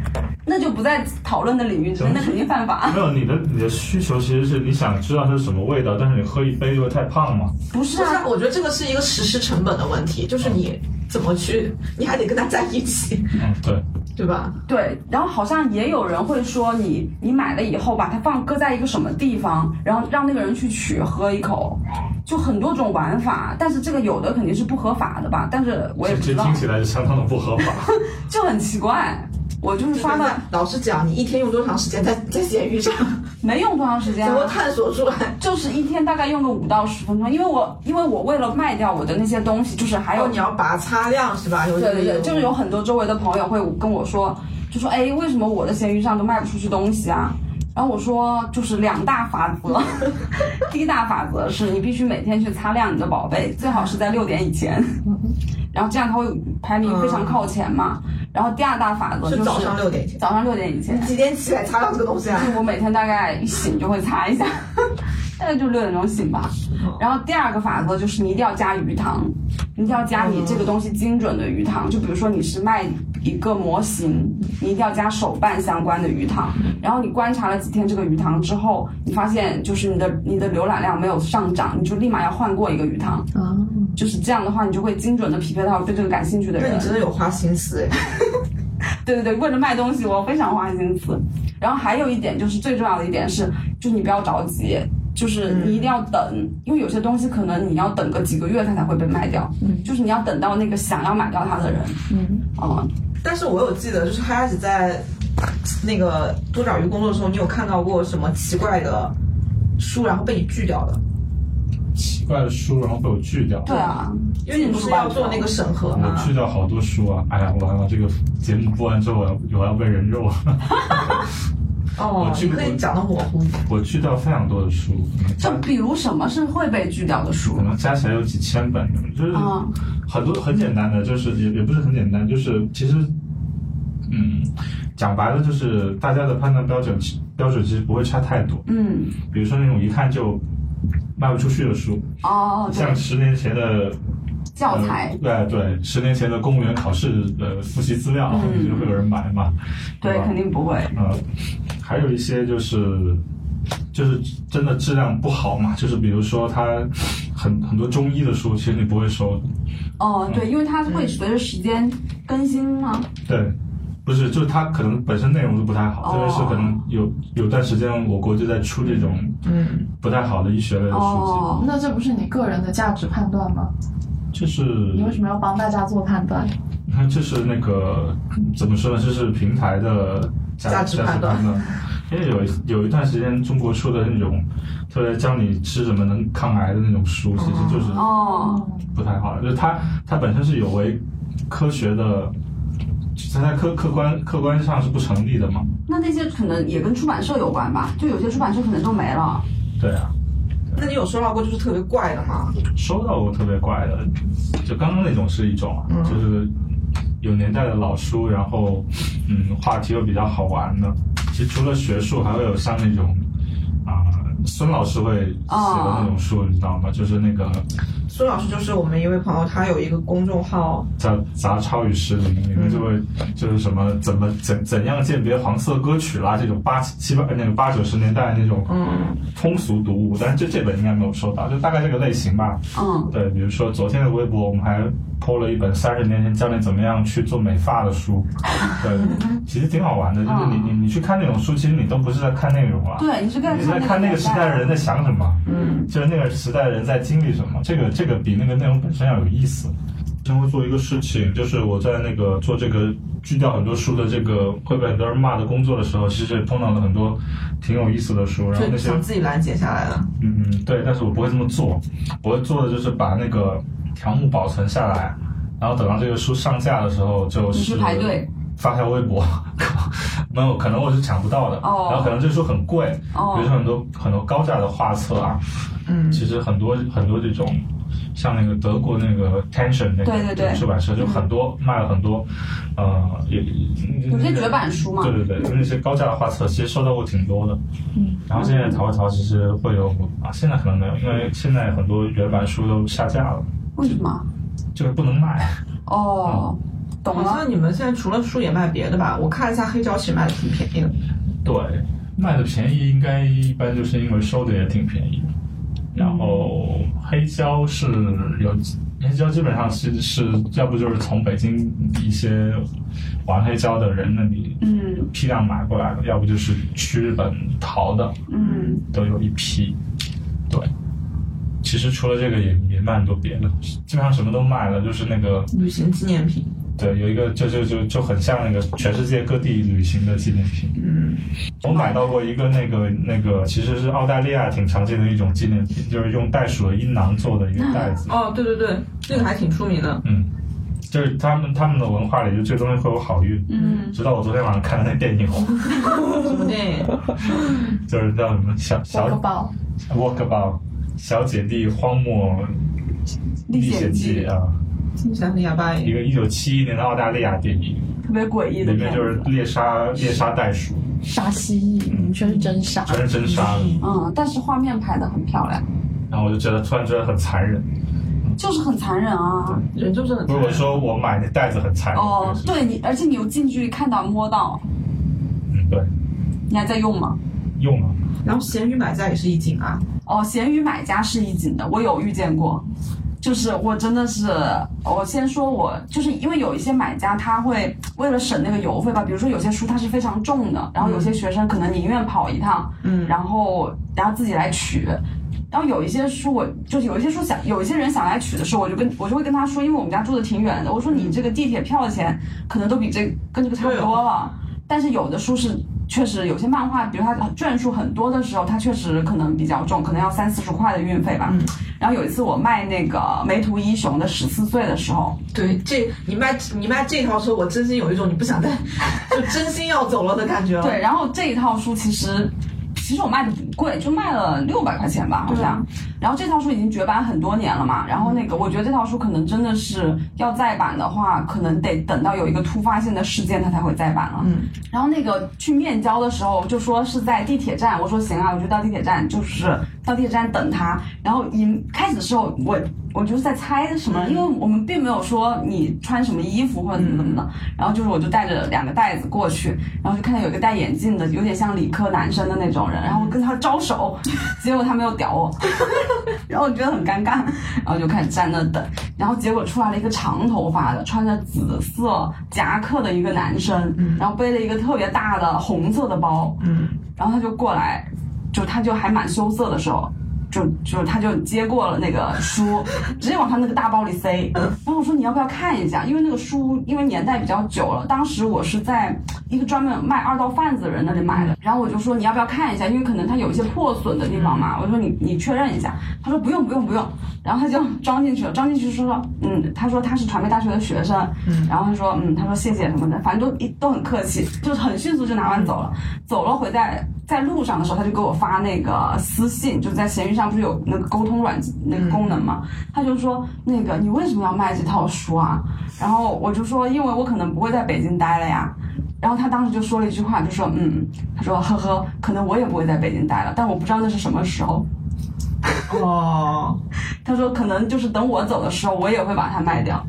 [SPEAKER 3] 那就不在讨论的领域之内，那肯定犯法。
[SPEAKER 4] 没有，你的你的需求其实是你想知道它是什么味道，但是你喝一杯又太胖嘛。
[SPEAKER 3] 不
[SPEAKER 2] 不
[SPEAKER 3] 是
[SPEAKER 2] 是
[SPEAKER 3] 啊
[SPEAKER 2] 啊，，我觉得这个是一个实施成本的问题，就是你怎么去，你还得跟大家一起，
[SPEAKER 4] 嗯，对，
[SPEAKER 2] 对吧？
[SPEAKER 3] 对，然后好像也有人会说你，你买了以后把它放搁在一个什么地方，然后让那个人去取喝一口，就很多种玩法。但是这个有的肯定是不合法的吧？但是我也
[SPEAKER 4] 这
[SPEAKER 3] 不知
[SPEAKER 4] 这
[SPEAKER 3] 道
[SPEAKER 4] 听，起来就相当的不合法。
[SPEAKER 3] 就很奇怪。我就是刷到
[SPEAKER 2] 老实讲，你一天用多长时间在 在闲鱼上，
[SPEAKER 3] 没用多长时间
[SPEAKER 2] 怎
[SPEAKER 3] 啊、
[SPEAKER 2] 么探索出来？
[SPEAKER 3] 就是一天大概用个五到十分钟，因为我因为我为了卖掉我的那些东西，就是
[SPEAKER 2] 还
[SPEAKER 3] 还有
[SPEAKER 2] 哦有你要把擦亮是吧？有
[SPEAKER 3] 对对对，就是有很多周围的朋友会跟我说，就说哎，为什么我的闲鱼上都卖不出去东西啊？然后我说，就是两大法则， 第一大法则是你必须每天去擦亮你的宝贝，最好是在六点以前， 然后这样它会排名非常靠前嘛。然后第二大法则就是是
[SPEAKER 2] 早上六点前，
[SPEAKER 3] 早上六点以前，
[SPEAKER 2] 几点起来擦亮这个东西啊？
[SPEAKER 3] 我每天大概一醒就会擦一下， 大概就六点钟醒吧。
[SPEAKER 2] 哦
[SPEAKER 3] 然后第二个法则就是你一定要加鱼塘，你一定要加你这个东西精准的鱼塘。就比如说你是卖一个模型，你一定要加手办相关的鱼塘。然后你观察了几天这个鱼塘之后，你发现就是你的你的浏览量没有上涨，你就立马要换过一个鱼塘。
[SPEAKER 5] 啊，
[SPEAKER 3] 就是这样的话，你就会精准的匹配到对这个感兴趣的
[SPEAKER 2] 那
[SPEAKER 3] 人
[SPEAKER 2] 你。真的有花心思哎。
[SPEAKER 3] 对对对，为了卖东西，我非常花心思。然后还有一点就是最重要的一点是，就是你不要着急，就是你一定要等，因为有些东西可能你要等个几个月它才会被卖掉，
[SPEAKER 5] 嗯
[SPEAKER 3] 就是你要等到那个想要买掉它的人，
[SPEAKER 5] 嗯
[SPEAKER 3] 嗯，
[SPEAKER 2] 但是我有记得，就是哈亚子在那个多爪鱼工作的时候，你有看到过什么奇怪的书，然后被你拒掉的？
[SPEAKER 4] 奇怪的书，然后被我拒掉。
[SPEAKER 3] 对啊，
[SPEAKER 2] 因为你不是要做那个审核
[SPEAKER 4] 我
[SPEAKER 2] 吗？
[SPEAKER 4] 拒掉好多书啊！哎呀，完了，这个节目播完之后，我要我要被人肉啊！
[SPEAKER 2] 哦
[SPEAKER 4] 我，
[SPEAKER 2] 你
[SPEAKER 4] 拒不
[SPEAKER 2] 可以讲的模糊一点。
[SPEAKER 4] 我拒掉非常多的书，
[SPEAKER 3] 就比如什么是会被拒掉的书
[SPEAKER 4] 可？能加起来有几千本，就是
[SPEAKER 3] 嗯
[SPEAKER 4] 很多很简单的，就是也也不是很简单，就是其实，嗯，讲白了就是大家的判断标准其标准其实不会差太多。
[SPEAKER 3] 嗯，
[SPEAKER 4] 比如说那种一看就卖不出去的书，
[SPEAKER 3] 哦，对
[SPEAKER 4] 像，十年前的
[SPEAKER 3] 教材，
[SPEAKER 4] 呃对对，十年前的公务员考试的呃复习资料，啊
[SPEAKER 3] 嗯
[SPEAKER 4] 就会有人买嘛，
[SPEAKER 3] 对，
[SPEAKER 4] 吧
[SPEAKER 3] 肯定不会。
[SPEAKER 4] 呃，还有一些就是就是真的质量不好嘛，就是比如说它很很多中医的书，其实你不会收的，
[SPEAKER 3] 哦，对，因为它会随着时间更新吗？
[SPEAKER 4] 对。不是，就是它可能本身内容就不太好，特别是
[SPEAKER 3] 哦
[SPEAKER 4] 可能有有段时间我国就在出这种
[SPEAKER 2] 嗯，
[SPEAKER 4] 不太好的医学类的书籍，
[SPEAKER 3] 哦，
[SPEAKER 5] 那这不是你个人的价值判断吗？
[SPEAKER 4] 就是
[SPEAKER 5] 你为什么要帮大家做判断？
[SPEAKER 4] 它就是那个怎么说呢？就是平台的
[SPEAKER 2] 价
[SPEAKER 4] 价
[SPEAKER 2] 值
[SPEAKER 4] 价
[SPEAKER 2] 判
[SPEAKER 4] 值
[SPEAKER 2] 断
[SPEAKER 4] 判断。因为有一有一段时间，中国出的那种特别教你吃什么能抗癌的那种书，其实就是
[SPEAKER 3] 哦，
[SPEAKER 5] 嗯
[SPEAKER 4] 不太好的。就是它它本身是有违科学的，它在客客观客观上是不成立的嘛。
[SPEAKER 3] 那那些可能也跟出版社有关吧？就有些出版社可能都没了。
[SPEAKER 4] 对啊，
[SPEAKER 2] 那你有收到过就是特别怪的吗？
[SPEAKER 4] 收到过特别怪的，就刚刚那种是一种啊，
[SPEAKER 2] 嗯
[SPEAKER 4] 就是有年代的老书，然后嗯，话题又比较好玩的。其实除了学术，还会有像那种啊、孙老师会写的那种书，你知道吗？就是那个
[SPEAKER 2] 孙老师就是我们一位朋友，他有一个公众号，
[SPEAKER 4] 叫《杂抄与诗林》，里面就会就是什么怎么怎怎样鉴别黄色歌曲啦，这种八七八那个八九十年代那种
[SPEAKER 2] 嗯，
[SPEAKER 4] 通俗读物，但是这这本应该没有收到，就大概这个类型吧。
[SPEAKER 3] 嗯，
[SPEAKER 4] 对，比如说昨天的微博，我们还 PO 了一本三十年前教你怎么样去做美发的书，对，其实挺好玩的。就是你你你去看那种书，其实你都不是在看内容了，
[SPEAKER 3] 对，你是在
[SPEAKER 4] 你是在看那个时代的人在想什么，
[SPEAKER 2] 嗯，
[SPEAKER 4] 就是那个时代的人在经历什么。这个这个比那个内容本身要有意思。经常会做一个事情，就是我在那个做这个锯掉很多书的这个会被很多人骂的工作的时候，其实也碰到了很多挺有意思的书，然后
[SPEAKER 2] 就
[SPEAKER 4] 那些
[SPEAKER 2] 想自己拦截下来了。
[SPEAKER 4] 嗯，对，但是我不会这么做，我会做的就是把那个条目保存下来，然后等到这个书上架的时候，就
[SPEAKER 3] 你
[SPEAKER 4] 是
[SPEAKER 3] 去排队
[SPEAKER 4] 发条微博， 没有，可能我是抢不到的，
[SPEAKER 3] 哦
[SPEAKER 4] 然后可能这书很贵，
[SPEAKER 3] 哦
[SPEAKER 4] 比如说很多很多高价的画册啊，
[SPEAKER 2] 嗯，
[SPEAKER 4] 其实很多很多这种，像那个德国那个 Tension 那个
[SPEAKER 3] 对对对
[SPEAKER 4] 出版社就很多、卖了很多，呃，也
[SPEAKER 3] 有些绝版书嘛
[SPEAKER 4] 对对对，就那些高价的画册，其实收到过挺多的。嗯，然后现在淘一淘其实会有啊，现在可能没有，因为现在很多原版书都下架了，
[SPEAKER 3] 为什么？
[SPEAKER 4] 就是不能卖。
[SPEAKER 3] 哦，懂
[SPEAKER 2] 好
[SPEAKER 3] 了。
[SPEAKER 2] 像你们现在除了书也卖别的吧？我看一下黑胶其实卖的挺便宜的。
[SPEAKER 4] 对，卖的便宜应该一般就是因为收的也挺便宜。然后黑胶是有黑胶，基本上是是要不就是从北京一些玩黑胶的人那里
[SPEAKER 3] 嗯
[SPEAKER 4] 批量买过来的，要不就是去日本淘的，
[SPEAKER 3] 嗯，
[SPEAKER 4] 都有一批。对，其实除了这个也也卖很多别的，基本上什么都卖了，就是那个
[SPEAKER 2] 旅行纪念品，
[SPEAKER 4] 对，有一个就就就就很像那个全世界各地旅行的纪念品。
[SPEAKER 2] 嗯，
[SPEAKER 4] 我买到过一个那个那个，其实是澳大利亚挺常见的一种纪念品，就是用袋鼠的阴囊做的一个袋子。
[SPEAKER 2] 哦，对对对，这个还挺出名的。
[SPEAKER 4] 嗯，就是他们他们的文化里，就这东西会有好运。
[SPEAKER 3] 嗯，
[SPEAKER 4] 直到我昨天晚上看的那电影，
[SPEAKER 2] 什么电 影？
[SPEAKER 4] 就是叫什么小
[SPEAKER 5] 我
[SPEAKER 4] 小
[SPEAKER 5] 个包，
[SPEAKER 4] Walkabout 小姐弟荒漠
[SPEAKER 3] 历
[SPEAKER 4] 历
[SPEAKER 3] 险
[SPEAKER 4] 险
[SPEAKER 3] 记
[SPEAKER 4] 记啊，
[SPEAKER 2] 听起来很哑巴
[SPEAKER 4] 一
[SPEAKER 2] 耶。
[SPEAKER 4] 个一九七一年的澳大利亚电影，
[SPEAKER 3] 特别诡异
[SPEAKER 4] 里
[SPEAKER 3] 的
[SPEAKER 4] 面
[SPEAKER 3] 片子。
[SPEAKER 4] 就是猎杀猎杀袋鼠，
[SPEAKER 5] 杀蜥蜴，你们全是真杀。
[SPEAKER 4] 全是真杀的。
[SPEAKER 3] 嗯，但是画面拍的很漂亮，
[SPEAKER 4] 然后我就觉得突然觉得很残忍。
[SPEAKER 3] 就是很残忍啊。
[SPEAKER 2] 人就是很
[SPEAKER 4] 如果说我买那袋子很残忍，
[SPEAKER 3] 哦
[SPEAKER 4] 就，是
[SPEAKER 3] 对你，而且你又近距离看到摸到，
[SPEAKER 4] 嗯对，
[SPEAKER 3] 你还在用吗？
[SPEAKER 4] 用了。
[SPEAKER 2] 然后闲鱼买家也是一景啊，
[SPEAKER 3] 哦，闲鱼买家是一景的，我有遇见过。就是我真的是，我先说我，就是因为有一些买家他会为了省那个邮费吧，比如说有些书它是非常重的，然后有些学生可能宁愿跑一趟，
[SPEAKER 2] 嗯
[SPEAKER 3] 然后然后自己来取。然后有一些书我就是有一些书想有一些人想来取的时候，我就跟我就会跟他说，因为我们家住的挺远的，
[SPEAKER 2] 嗯哦
[SPEAKER 3] 我说你这个地铁票的钱可能都比这跟这个差不多了，但是有的书是确实有些漫画，比如它卷数很多的时候，它确实可能比较重，可能要三四十块的运费吧。
[SPEAKER 2] 嗯
[SPEAKER 3] 然后有一次我卖那个梅图一雄的《十四岁》的时候，
[SPEAKER 2] 对，这你卖你卖这套车，我真心有一种你不想再就真心要走了的感觉了。
[SPEAKER 3] 对，然后这一套书其实。其实我卖的不贵，就卖了六百块钱吧，好像。然后这套书已经绝版很多年了嘛，然后那个我觉得这套书可能真的是要再版的话，可能得等到有一个突发性的事件它才会再版了。
[SPEAKER 2] 嗯，
[SPEAKER 3] 然后那个去面交的时候就说是在地铁站，我说行啊，我就到地铁站，就是到地铁站等他。然后一开始的时候我我就是在猜什么，因为我们并没有说你穿什么衣服或者怎么怎么的。然后就是我就带着两个袋子过去，然后就看到有一个戴眼镜的，有点像理科男生的那种人，然后我跟他招手，结果他没有屌我，然后我觉得很尴尬，然后就开始站那等，然后结果出来了一个长头发的，穿着紫色夹克的一个男生，然后背了一个特别大的红色的包，
[SPEAKER 2] 嗯，
[SPEAKER 3] 然后他就过来，就他就还蛮羞涩的时候。就就他就接过了那个书，直接往他那个大包里塞。然后我说你要不要看一下？因为那个书因为年代比较久了，当时我是在一个专门卖二道贩子的人那里买的。然后我就说你要不要看一下？因为可能它有一些破损的地方嘛。我说你你确认一下。他说不用不用不用。然后他就装进去了，装进去说嗯，他说他是传媒大学的学生，然后他说嗯，他说谢谢什么的，反正都一都很客气，就是很迅速就拿完走了。走了回在在路上的时候，他就给我发那个私信，就在闲鱼上不是有那个沟通软件那个功能嘛？他就说那个你为什么要卖这套书啊？然后我就说因为我可能不会在北京待了呀。然后他当时就说了一句话，就说嗯，他说呵呵，可能我也不会在北京待了，但我不知道那是什么时候。
[SPEAKER 2] 哦，
[SPEAKER 3] 他说可能就是等我走的时候，我也会把它卖掉。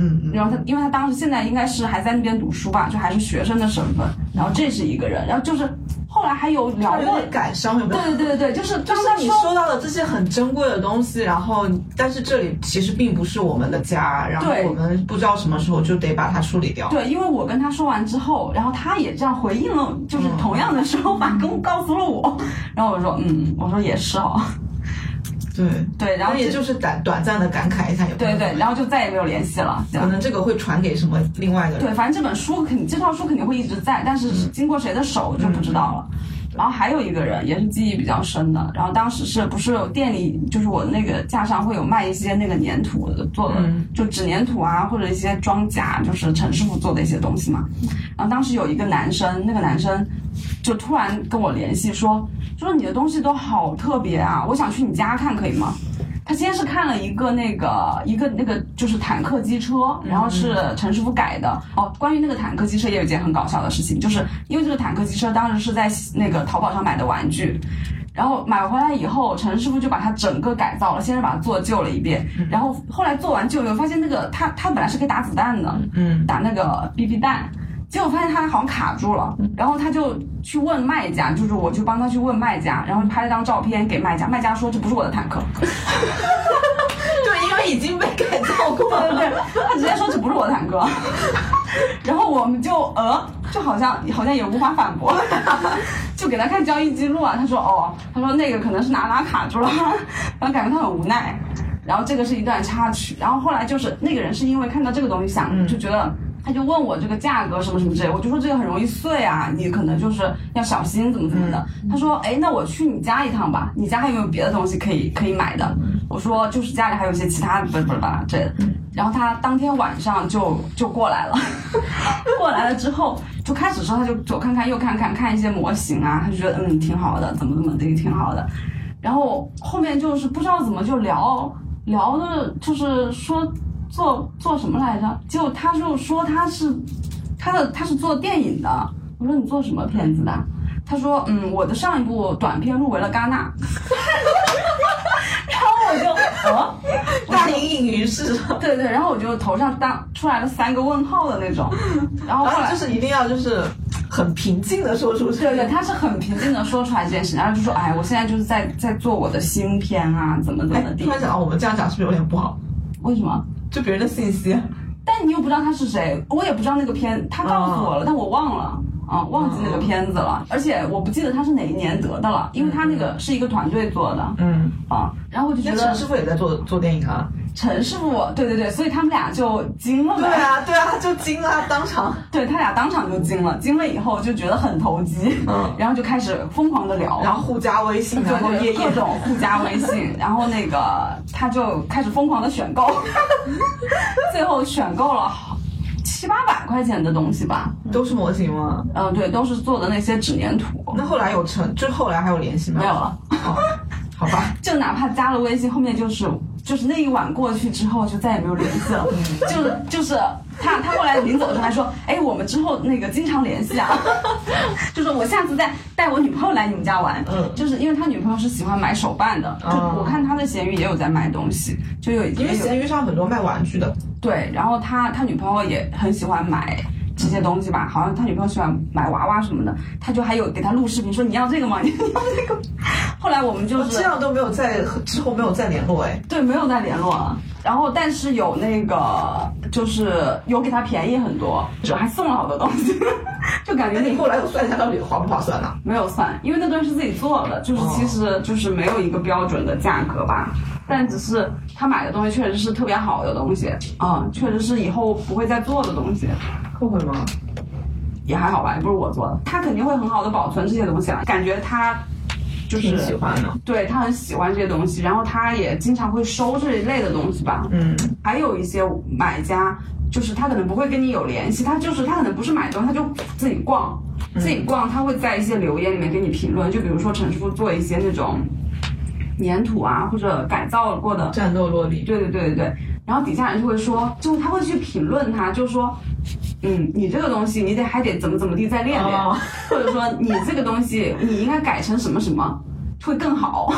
[SPEAKER 2] 嗯嗯
[SPEAKER 3] 然后他，因为他当时现在应该是还在那边读书吧，就还是学生的身份。然后这是一个人，然后就是后来还有聊
[SPEAKER 2] 他有
[SPEAKER 3] 过，
[SPEAKER 2] 点感伤，有没有？
[SPEAKER 3] 对对对对，就是
[SPEAKER 2] 就
[SPEAKER 3] 当
[SPEAKER 2] 是
[SPEAKER 3] 时
[SPEAKER 2] 你说到的这些很珍贵的东西，然后但是这里其实并不是我们的家，然后
[SPEAKER 3] 对
[SPEAKER 2] 我们不知道什么时候就得把它处理掉。
[SPEAKER 3] 对，因为我跟他说完之后，然后他也这样回应了，就是同样的说法，跟我告诉了我。 然后我说，嗯，我说也是哦，
[SPEAKER 2] 对，
[SPEAKER 3] 对，然后
[SPEAKER 2] 那也
[SPEAKER 3] 这
[SPEAKER 2] 就是短短暂的感慨一下，也不
[SPEAKER 3] 对对，
[SPEAKER 2] 能，
[SPEAKER 3] 然后就再也没有联系了，这
[SPEAKER 2] 可
[SPEAKER 3] 样。
[SPEAKER 2] 能这个会传给什么另外的人。
[SPEAKER 3] 对，反正这本书肯这套书肯定会一直在，但是经过谁的手就不知道了。嗯然后还有一个人也是记忆比较深的，然后当时是不是有店里就是我那个架上会有卖一些那个粘土的做的，就纸粘土啊或者一些装甲，就是陈师傅做的一些东西嘛。然后当时有一个男生，那个男生就突然跟我联系说，说你的东西都好特别啊，我想去你家看可以吗？他先是看了一个那个一个那个就是坦克机车，然后是陈师傅改的。哦，关于那个坦克机车也有一件很搞笑的事情，就是因为这个坦克机车当时是在那个淘宝上买的玩具。然后买回来以后，陈师傅就把它整个改造了，先是把它做旧了一遍，然后后来做完旧以后，发现那个它它本来是可以打子弹的，
[SPEAKER 2] 嗯，
[SPEAKER 3] 打那个 BB 弹，结果发现他好像卡住了，然后他就去问卖家，就是我就帮他去问卖家，然后拍了张照片给卖家，卖家说这不是我的坦克，
[SPEAKER 2] 对，因为已经被改造过
[SPEAKER 3] 对
[SPEAKER 2] 了。
[SPEAKER 3] 对对， 他直接说这不是我的坦克，然后我们就呃，就好像好像也无法反驳， 就给他看交易记录啊，他说哦，他说那个可能是哪哪卡住了， 然后感觉他很无奈，然后这个是一段插曲，然后后来就是那个人是因为看到这个东西想就觉得。他就问我这个价格什么什么之类，我就说这个很容易碎啊，你可能就是要小心怎么怎么的。他说，哎，那我去你家一趟吧，你家还有没有别的东西可以可以买的？我说就是家里还有一些其他的，不是不是吧之类的。然后他当天晚上就就过来了， 过来了之后，就开始的时候他就左看看右看看，看一些模型啊，他就觉得嗯挺好的，怎么怎么的也挺好的。然后后面就是不知道怎么就聊聊的，就是说做做什么来着？结果他就说他是他的他是做电影的。我说你做什么片子的？他说嗯，我的上一部短片入围了 戛纳。然后我就呃，
[SPEAKER 2] 那隐隐于市，
[SPEAKER 3] 对对，然后我就头上当出来了三个问号的那种， 然后
[SPEAKER 2] 然
[SPEAKER 3] 后
[SPEAKER 2] 后
[SPEAKER 3] 来
[SPEAKER 2] 就是一定要就是很平静的说出这
[SPEAKER 3] 对
[SPEAKER 2] 个。
[SPEAKER 3] 对，他是很平静的说出来这件事，然后就说哎，我现在就是在在做我的新片啊，怎么怎
[SPEAKER 2] 哎
[SPEAKER 3] 么，地
[SPEAKER 2] 突，然想到，我们这样讲是不是有点不好？
[SPEAKER 3] 为什么？
[SPEAKER 2] 就别人的信息，啊
[SPEAKER 3] 但你又不知道他是谁，我也不知道那个片，他告诉我了，但我忘了。啊，忘记那个片子了，而且我不记得他是哪一年得的了，因为他那个是一个团队做的
[SPEAKER 2] 嗯，
[SPEAKER 3] 啊，然后我就觉
[SPEAKER 2] 那
[SPEAKER 3] 得
[SPEAKER 2] 陈师傅也在做做电影啊。
[SPEAKER 3] 陈师傅，对对对，所以他们俩就惊了呗。
[SPEAKER 2] 对啊，对啊，就惊了，当场。
[SPEAKER 3] 对他俩当场就惊了，惊了以后就觉得很投机，
[SPEAKER 2] 嗯
[SPEAKER 3] 然后就开始疯狂的聊，
[SPEAKER 2] 然后互加微信，啊然后
[SPEAKER 3] 对
[SPEAKER 2] 夜
[SPEAKER 3] 对，各
[SPEAKER 2] 夜
[SPEAKER 3] 种互加微 信，然后那个他就开始疯狂的选购， 最后选购了好七八百块钱的东西吧，
[SPEAKER 2] 都是模型吗？
[SPEAKER 3] 嗯、对，都是做的那些纸粘土，
[SPEAKER 2] 那后来有成，就后来还有联系吗？
[SPEAKER 3] 没有了。
[SPEAKER 2] 哦，好 吧。
[SPEAKER 3] 就哪怕加了微信，后面就是就是那一晚过去之后就再也没有联系了，就是
[SPEAKER 2] 嗯
[SPEAKER 3] 就是他他后来临走的时候还说，哎，我们之后那个经常联系啊， 就说我下次再带我女朋友来你们家玩，
[SPEAKER 2] 嗯
[SPEAKER 3] 就是因为他女朋友是喜欢买手办的，就
[SPEAKER 2] 哦
[SPEAKER 3] 我看他的闲鱼也有在卖东西，就有
[SPEAKER 2] 因为
[SPEAKER 3] 也有
[SPEAKER 2] 闲鱼上很多卖玩具的，
[SPEAKER 3] 对，然后他他女朋友也很喜欢买这些东西吧，好像他女朋友喜欢买娃娃什么的，他就还有给他录视频说你要这个吗？你 要这个吗？后来我们就
[SPEAKER 2] 我
[SPEAKER 3] 是
[SPEAKER 2] 哦这样都没有再之后没有再联络哎。
[SPEAKER 3] 对，没有再联络了。然后，但是有那个，就是有给他便宜很多，就还送了好多东西， 就感觉
[SPEAKER 2] 那你
[SPEAKER 3] 你
[SPEAKER 2] 后来又算一下到底划不划算呢、
[SPEAKER 3] 没有算，因为那东西是自己做的，就是
[SPEAKER 2] 哦
[SPEAKER 3] 其实就是没有一个标准的价格吧。但只是他买的东西确实是特别好的东西，嗯，确实是以后不会再做的东西，
[SPEAKER 2] 后悔吗？
[SPEAKER 3] 也还好吧，也不是我做的，他肯定会很好的保存这些东西了。感觉他就是
[SPEAKER 2] 挺喜欢的。
[SPEAKER 3] 对他很喜欢这些东西，然后他也经常会收这一类的东西吧，
[SPEAKER 2] 嗯，
[SPEAKER 3] 还有一些买家，就是他可能不会跟你有联系，他就是他可能不是买东西，他就自己逛，
[SPEAKER 2] 嗯
[SPEAKER 3] 自己逛，他会在一些留言里面给你评论，就比如说陈师傅做一些那种粘土啊或者改造过的，
[SPEAKER 2] 战斗落地。
[SPEAKER 3] 对对对对对，然后底下人就会说，就是他会去评论他，就说。嗯，你这个东西你得还得怎么怎么地再练练
[SPEAKER 2] 哦
[SPEAKER 3] 或者说你这个东西你应该改成什么什么会更好。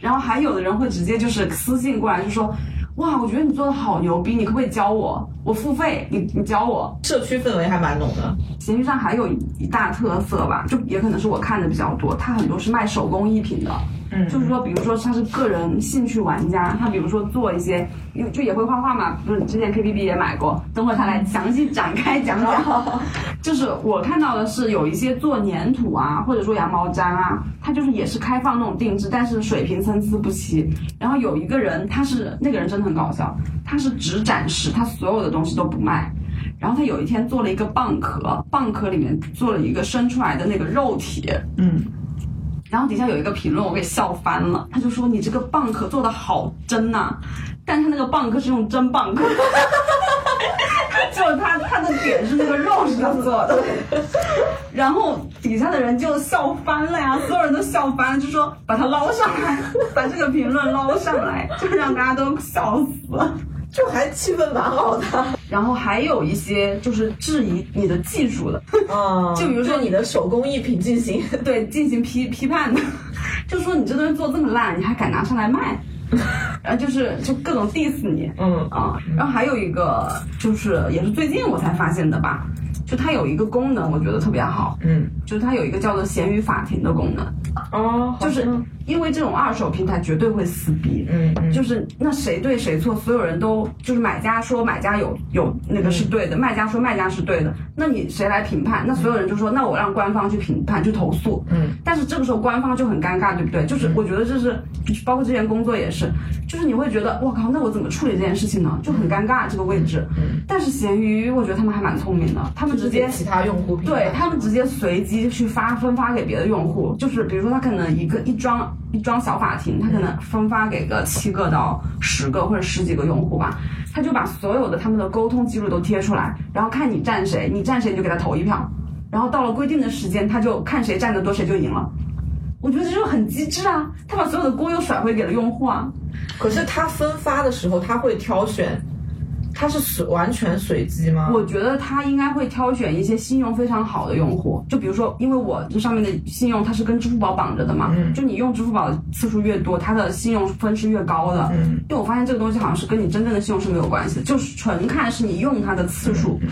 [SPEAKER 3] 然后还有的人会直接就是私信过来就说，哇，我觉得你做的好牛逼，你可不可以教我？我付费，你你教我。
[SPEAKER 2] 社区氛围还蛮浓的。
[SPEAKER 3] 闲鱼上还有一大特色吧，就也可能是我看的比较多，它很多是卖手工艺品的，
[SPEAKER 2] 嗯
[SPEAKER 3] 就是说，比如说他是个人兴趣玩家，他比如说做一些，因为就也会画画嘛，不是之前 K P B 也买过，等会儿他来详细展开讲讲。 就是我看到的是有一些做粘土啊，或者说羊毛毡啊，它就是也是开放那种定制，但是水平参差不齐。然后有一个人，他是那个人真的很搞笑，他是只展示，他所有的东西都不卖。然后他有一天做了一个蚌壳，蚌壳里面做了一个生出来的那个肉体，
[SPEAKER 2] 嗯，
[SPEAKER 3] 然后底下有一个评论，我给笑翻了。他就说你这个蚌壳做的好真呐、 但是他那个蚌壳是用真蚌壳， 就是他他的点是那个肉是他做的。 然后底下的人就笑翻了呀，所有人都笑翻了，就说把他捞上来， 把这个评论捞上来，就让大家都笑死了。
[SPEAKER 2] 就还气氛蛮好的。
[SPEAKER 3] 然后还有一些就是质疑你的技术的，
[SPEAKER 2] 嗯，
[SPEAKER 3] 就比如说
[SPEAKER 2] 对你的手工艺品进行，
[SPEAKER 3] 对进行批批判的， 就说你这东西做这么烂，你还敢拿上 来卖？然后就是就各种 diss 你，
[SPEAKER 2] 嗯
[SPEAKER 3] 啊、然后还有一个就是也是最近我才发现的吧，就它有一个功能，我觉得特别好，
[SPEAKER 2] 嗯，
[SPEAKER 3] 就是它有一个叫做闲鱼法庭的功能，
[SPEAKER 2] 哦，
[SPEAKER 3] 就
[SPEAKER 2] 就是是，
[SPEAKER 3] 因为这种二手平台绝对会撕逼，
[SPEAKER 2] 嗯嗯
[SPEAKER 3] 就是那谁对谁错，所有人都就是买家说买家有有那个是
[SPEAKER 2] 嗯
[SPEAKER 3] 对的，卖家说卖家是对的，那你谁来评判？那所有人就说，那我让官方去评判去投诉，
[SPEAKER 2] 嗯，
[SPEAKER 3] 但是这个时候官方就很尴尬，对不对？就是我觉得这是，就是包括之前工作也是，就是你会觉得我靠，那我怎么处理这件事情呢？就很尴尬这个位置，
[SPEAKER 2] 嗯，
[SPEAKER 3] 但是闲鱼我觉得他们还蛮聪明的，他们直接
[SPEAKER 2] 其他用户评价
[SPEAKER 3] 对他们直接随机去发分发给别的用户，就是比如说他可能一个一桩一桩小法庭，他可能分发给个七个到十个或者十几个用户吧，他就把所有的他们的沟通记录都贴出来，然后看你站谁，你站谁你就给他投一票，然后到了规定的时间，他就看谁站得多谁就赢了。我觉得这就很机智啊，他把所有的锅又甩回给了用户啊。
[SPEAKER 2] 可是他分发的时候，他会挑选，他是随完全随机吗？
[SPEAKER 3] 我觉得他应该会挑选一些信用非常好的用户，就比如说，因为我这上面的信用它是跟支付宝绑着的嘛，
[SPEAKER 2] 嗯
[SPEAKER 3] 就你用支付宝的次数越多，它的信用分是越高的。
[SPEAKER 2] 嗯，
[SPEAKER 3] 因为我发现这个东西好像是跟你真正的信用是没有关系的，就是纯看是你用它的次数。
[SPEAKER 2] 嗯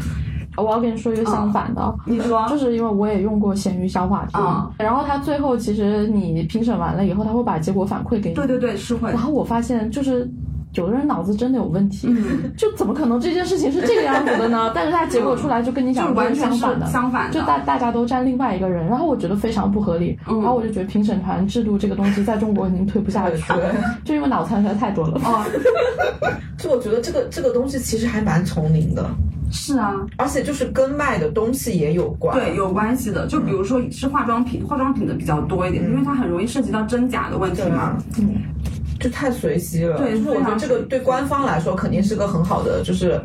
[SPEAKER 5] 我要跟你说一个相反的，哦
[SPEAKER 3] 你说
[SPEAKER 5] 就是因为我也用过闲鱼小法庭，
[SPEAKER 3] 嗯
[SPEAKER 5] 然后他最后其实你评审完了以后，他会把结果反馈给你。
[SPEAKER 3] 对对对，是会
[SPEAKER 5] 然。后我发现就是有的人脑子真的有问题，
[SPEAKER 3] 嗯
[SPEAKER 5] 就怎么可能这件事情是这个样子的 呢？但是他结果出来就跟你
[SPEAKER 3] 就
[SPEAKER 5] 讲
[SPEAKER 3] 完全
[SPEAKER 5] 相
[SPEAKER 3] 是
[SPEAKER 5] 反的，
[SPEAKER 3] 相反
[SPEAKER 5] 就
[SPEAKER 3] 的。
[SPEAKER 5] 大大家都站另外一个人，然后我觉得非常不合理，
[SPEAKER 3] 嗯
[SPEAKER 5] 然后我就觉得评审团制度这个东西在中国已经推不下去 了，就因为脑残实在太多了。
[SPEAKER 3] 哦，
[SPEAKER 2] 就我觉得这个这个东西其实还蛮丛林的，
[SPEAKER 3] 是啊，
[SPEAKER 2] 而且就是跟卖的东西也有关。
[SPEAKER 3] 对，有关系的。就比如说是化妆品，化妆品的比较多一点，因为它很容易涉及到真假的问题
[SPEAKER 2] 嗯对啊
[SPEAKER 3] 嘛
[SPEAKER 2] 吗。？就太随机了。
[SPEAKER 3] 对
[SPEAKER 2] 就是我觉得
[SPEAKER 3] 非常
[SPEAKER 2] 这个
[SPEAKER 3] 随机
[SPEAKER 2] 对官方来说肯定是个很好的，就是